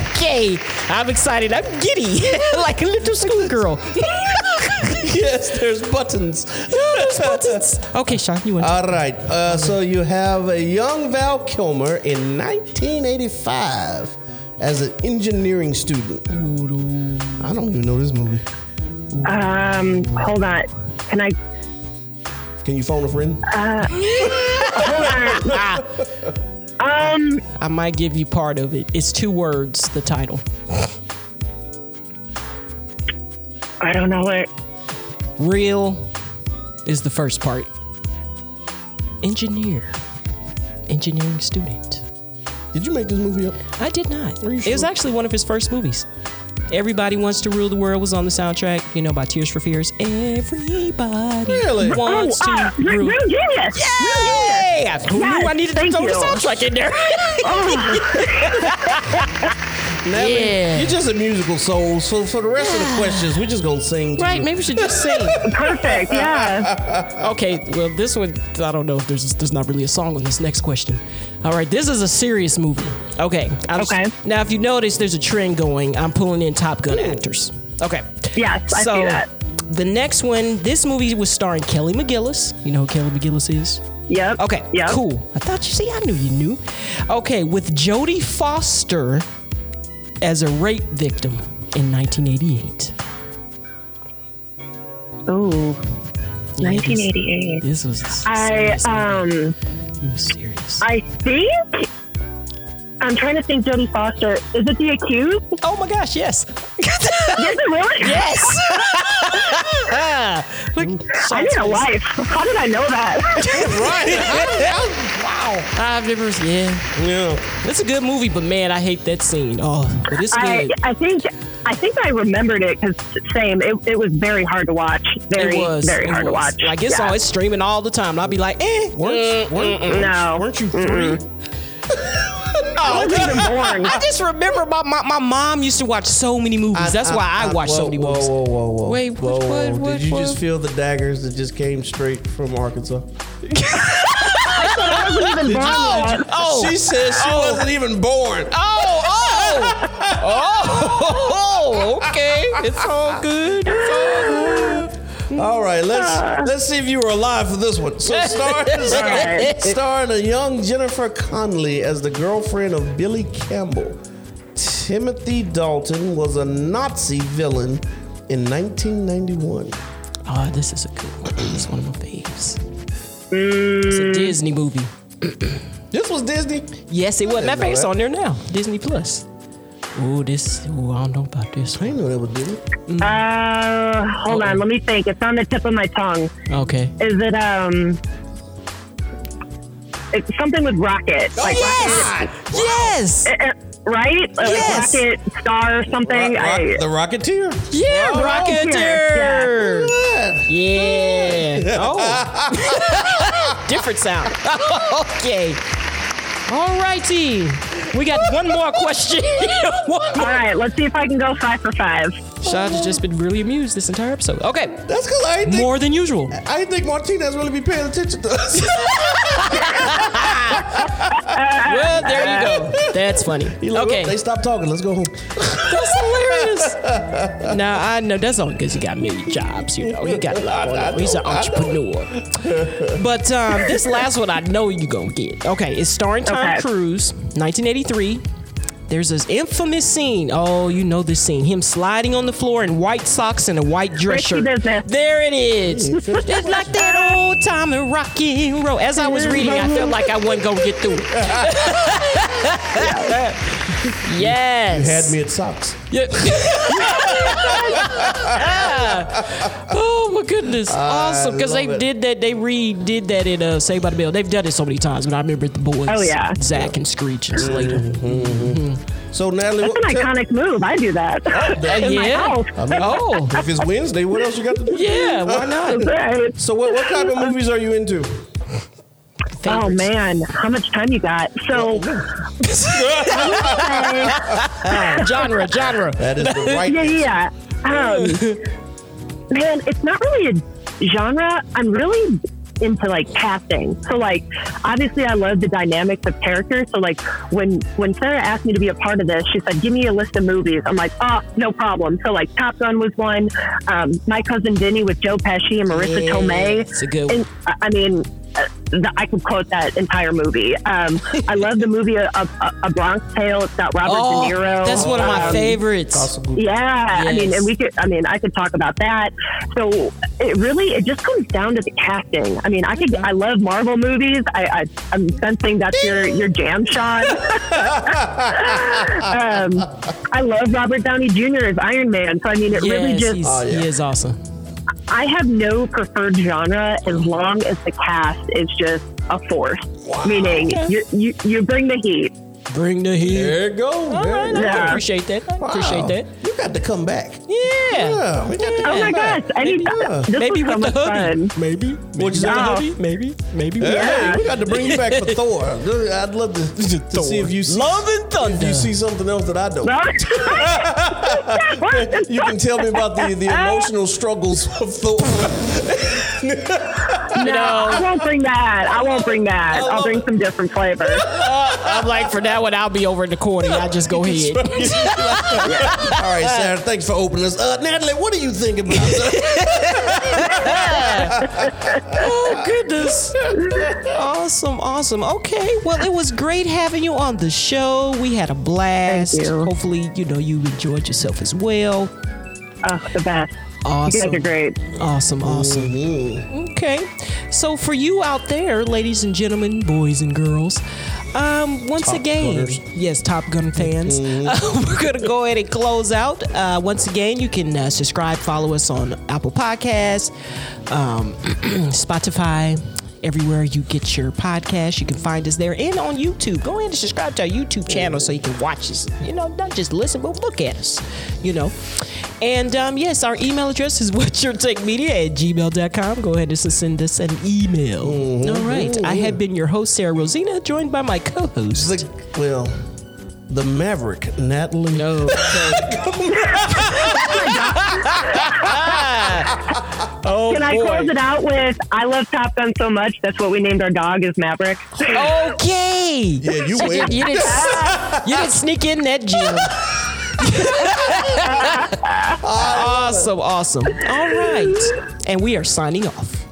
S2: okay, I'm excited. I'm giddy, like a little schoolgirl.
S4: Yes, there's buttons.
S2: Those buttons. Okay, Sean, you want? to
S4: All right. Uh, so you have a young Val Kilmer in 1985 as an engineering student. I don't even know this movie.
S5: Um, hold on. Can I?
S4: Can you phone a friend?
S2: Uh,
S5: Um,
S2: I might give you part of it. It's two words. The title.
S5: I don't know what.
S2: Real is the first part. Engineer, engineering student.
S4: Did you make this movie up?
S2: I did not.
S4: Are you
S2: It was
S4: sure?
S2: actually one of his first movies. Everybody Wants to Rule the World was on the soundtrack, you know, by Tears for Fears. Everybody
S4: Really?
S5: Oh,
S2: wants
S5: uh,
S2: to
S5: real,
S2: rule.
S5: real genius.
S2: Yay! I, who
S5: Yes,
S2: knew I needed to
S5: thank
S2: throw the
S5: you. Oh,
S2: soundtrack in there? yeah.
S4: You're just a musical soul. So for the rest of the questions, we're just gonna sing. To
S2: Right,
S4: you.
S2: maybe we should just sing.
S5: Perfect. Yeah.
S2: okay, well, this one, I don't know if there's there's not really a song on this next question. All right, this is a serious movie. Okay. I was-
S5: Okay.
S2: Now, if you notice, there's a trend going. I'm pulling in Top Gun actors. Okay.
S5: Yes, I see
S2: so,
S5: that.
S2: The next one, this movie was starring Kelly McGillis. You know who Kelly McGillis is?
S5: Yep.
S2: Okay,
S5: Yep.
S2: cool. I thought you see, I knew you knew. Okay, with Jodie Foster as a rape victim in 1988.
S5: Ooh,
S2: Yeah, this-
S5: 1988.
S2: This was a
S5: I
S2: serious movie.
S5: um,
S2: It was serious.
S5: I think. I'm trying to think. Jodie Foster. Is it the accused?
S2: oh my gosh, yes.
S5: Is it really?
S2: yes. Look,
S5: I need a life. How did I know that?
S2: I've never yeah.
S4: Yeah.
S2: It's a good movie, but man, I hate that scene. Oh, but it's
S5: I
S2: good.
S5: I think I think I remembered it because same. It, it was very hard to watch. Very
S2: it was
S5: very
S2: it
S5: hard to
S2: was.
S5: watch.
S2: Like it's
S5: Yeah.
S2: all it's streaming all the time. And I'll be like, eh.
S4: Weren't, weren't, weren't,
S5: No.
S4: weren't you 3 Oh,
S5: Oh, I wasn't even born.
S2: I just remember my, my, my mom used to watch so many movies. That's why I, watch
S4: whoa,
S2: so many
S4: whoa,
S2: movies.
S4: Whoa, whoa, whoa!
S2: Wait, which-
S4: whoa,
S2: what-
S4: whoa.
S2: what-
S4: Did you
S2: what?
S4: just feel the daggers that just came straight from Arkansas?
S5: I wasn't even born.
S2: Oh,
S5: yet.
S4: Oh, she said she wasn't even born.
S2: Oh, oh, oh, okay. It's all good. It's all good.
S4: All right, let's let's see if you were alive for this one. So starring, starring a young Jennifer Connelly as the girlfriend of Billy Campbell. Timothy Dalton was a Nazi villain in 1991.
S2: Oh, this is a good one. This is one of my faves. It's a Disney movie.
S4: This was Disney.
S2: Yes, it was.
S4: didn't
S2: Matter of
S4: know
S2: fact, it's
S4: that.
S2: on there now. Disney Plus. Ooh, this. Ooh, I don't know about this.
S4: I know that was Disney.
S5: Uh, hold on, let me think. It's on the tip of my tongue.
S2: Okay.
S5: Is it um? It's something with rocket.
S2: Oh, yes! Yes!
S5: Uh, uh, right? Uh,
S2: Yes!
S5: Rocket star or something.
S4: Rock-
S5: I-
S4: the Rocketeer.
S2: Yeah,
S5: Oh,
S2: Rocketeer. Yeah. Oh. Different sound. okay. All righty. We got one more question. one
S5: All
S2: more.
S5: right, let's see if I can go five for five.
S2: Shad has just been really amused this entire episode. Okay.
S4: That's because I didn't think
S2: More than usual.
S4: I didn't think Martinez really be paying attention to us.
S2: Well, there you go. That's funny.
S4: He like,
S2: Okay.
S4: "Well, They stopped talking. Let's go home.
S2: That's hilarious. now I know that's all because he got many jobs. You know, he got a lot. Going on. He's an entrepreneur. but um, this last one, I know you gonna get. Okay, it's starring Tom
S5: Okay.
S2: Cruise, 1983. There's this infamous scene. Oh, you know this scene. Him sliding on the floor in white socks and a white dress shirt.
S5: Risky business.
S2: There it is. it's like that old time in rock and roll. As I was reading, I felt like I wasn't gonna get through. it. yes.
S4: Had me at socks.
S2: Yeah. Ah. Oh my goodness! awesome, because they
S4: love it.
S2: did that. They redid that in uh, Saved by the Bell. They've done it so many times, but I remember the boys.
S5: Oh, yeah.
S2: Zach and Screech and Slater.
S4: So Natalie,
S5: That's an
S4: what- tell- Oh,
S5: iconic move. I do that. In my
S2: yeah.
S5: house.
S4: I mean,
S2: Oh,
S4: if it's Wednesday, what else you got to do?
S2: yeah. Why not?
S5: Right.
S4: So what, what kind of movies are you into?
S5: Oh
S2: Favorites.
S5: man, how much time you got? So
S2: genre, genre.
S4: That is the right.
S5: yeah, yeah. yeah. Um, man, it's not really a genre. I'm really into like casting. So like, obviously, I love the dynamics of characters. So like, when when Sarah asked me to be a part of this, she said, "Give me a list of movies." I'm like, "Oh, no problem." So like, Top Gun was one. Um, My cousin Vinny with Joe Pesci and Marissa
S2: Yeah,
S5: Tomei.
S2: it's a good one.
S5: And, I I mean. uh, The, I could quote that entire movie. Um, I love the movie A, A, a Bronx Tale. It's got Robert
S2: Oh,
S5: De Niro.
S2: that's one of my
S5: Um,
S2: favorites.
S5: yeah, I mean,
S2: Yes.
S5: and we could. I mean, I could talk about that. So it really, it just comes down to the casting. I mean, I
S2: Mm-hmm.
S5: could. I love Marvel movies. I, I I'm sensing that's your your jam, Sean. um, I love Robert Downey Jr. as Iron Man. So I mean, it really
S2: Yes,
S5: just.
S2: he's, he is awesome.
S5: I have no preferred genre as long as the cast is just a force. Meaning, you, you you bring the heat.
S2: Bring the heat.
S4: There you go.
S2: All
S4: There
S2: right,
S4: you
S2: I
S5: Yeah.
S2: appreciate that. I
S4: go.
S2: Appreciate
S4: Wow.
S2: that.
S4: You got to come back.
S2: Yeah.
S4: Yeah, we got to
S5: Oh
S4: come
S5: my
S4: back.
S5: gosh! I need
S4: Yeah.
S5: this
S2: Maybe
S5: was so
S2: with the
S5: much
S2: hoodie.
S5: fun.
S4: Maybe. What you say?
S5: Wow.
S4: Hubby?
S2: Maybe. Maybe.
S4: Hey, we got to bring you back for Thor. I'd love to, to see if you see,
S2: Love and
S4: if you
S2: Thunder.
S4: see something else that I don't.
S5: Well-
S4: You can tell me about the, the emotional struggles of Thor.
S5: No, I won't bring that. I won't bring that. I'll bring some different flavors.
S2: I'm like, for that one, I'll be over in the corner. Y'all just go ahead.
S4: All right, Sarah, thanks for opening us. Uh, Natalie, what do you think about
S2: oh, goodness. Awesome, awesome. Okay. Well, it was great having you on the show. We had a blast.
S5: Thank you.
S2: Hopefully, you know, you enjoyed yourself as well.
S5: Oh, the best. You guys
S2: Awesome.
S5: are great.
S2: Awesome, awesome.
S5: Mm-hmm.
S2: Okay. So for you out there, ladies and gentlemen, boys and girls, um, once again,
S4: Gunners.
S2: yes, Top Gun fans,
S5: Mm-hmm.
S2: we're going to go ahead and close out. Uh, once again, you can uh, subscribe, follow us on Apple Podcasts, um, Spotify. Everywhere you get your podcast, you can find us there and on YouTube. Go ahead and subscribe to our YouTube channel so you can watch us. You know, not just listen, but look at us, you know. And um, yes, our email address is what's your take media at gmail.com. Go ahead and s- send us an email. All right. I have been your host, Sarah Rosina, joined by my co host.
S4: that? The- well, the Maverick, Natalie.
S2: No. Oh,
S5: Can I
S2: boy.
S5: close it out with I love Top Gun so much? That's what we named our dog is Maverick.
S2: Okay.
S5: Yeah, you
S2: So
S5: win.
S2: You, didn't, you didn't sneak in that, Jim. awesome, awesome. All right. And we are signing off.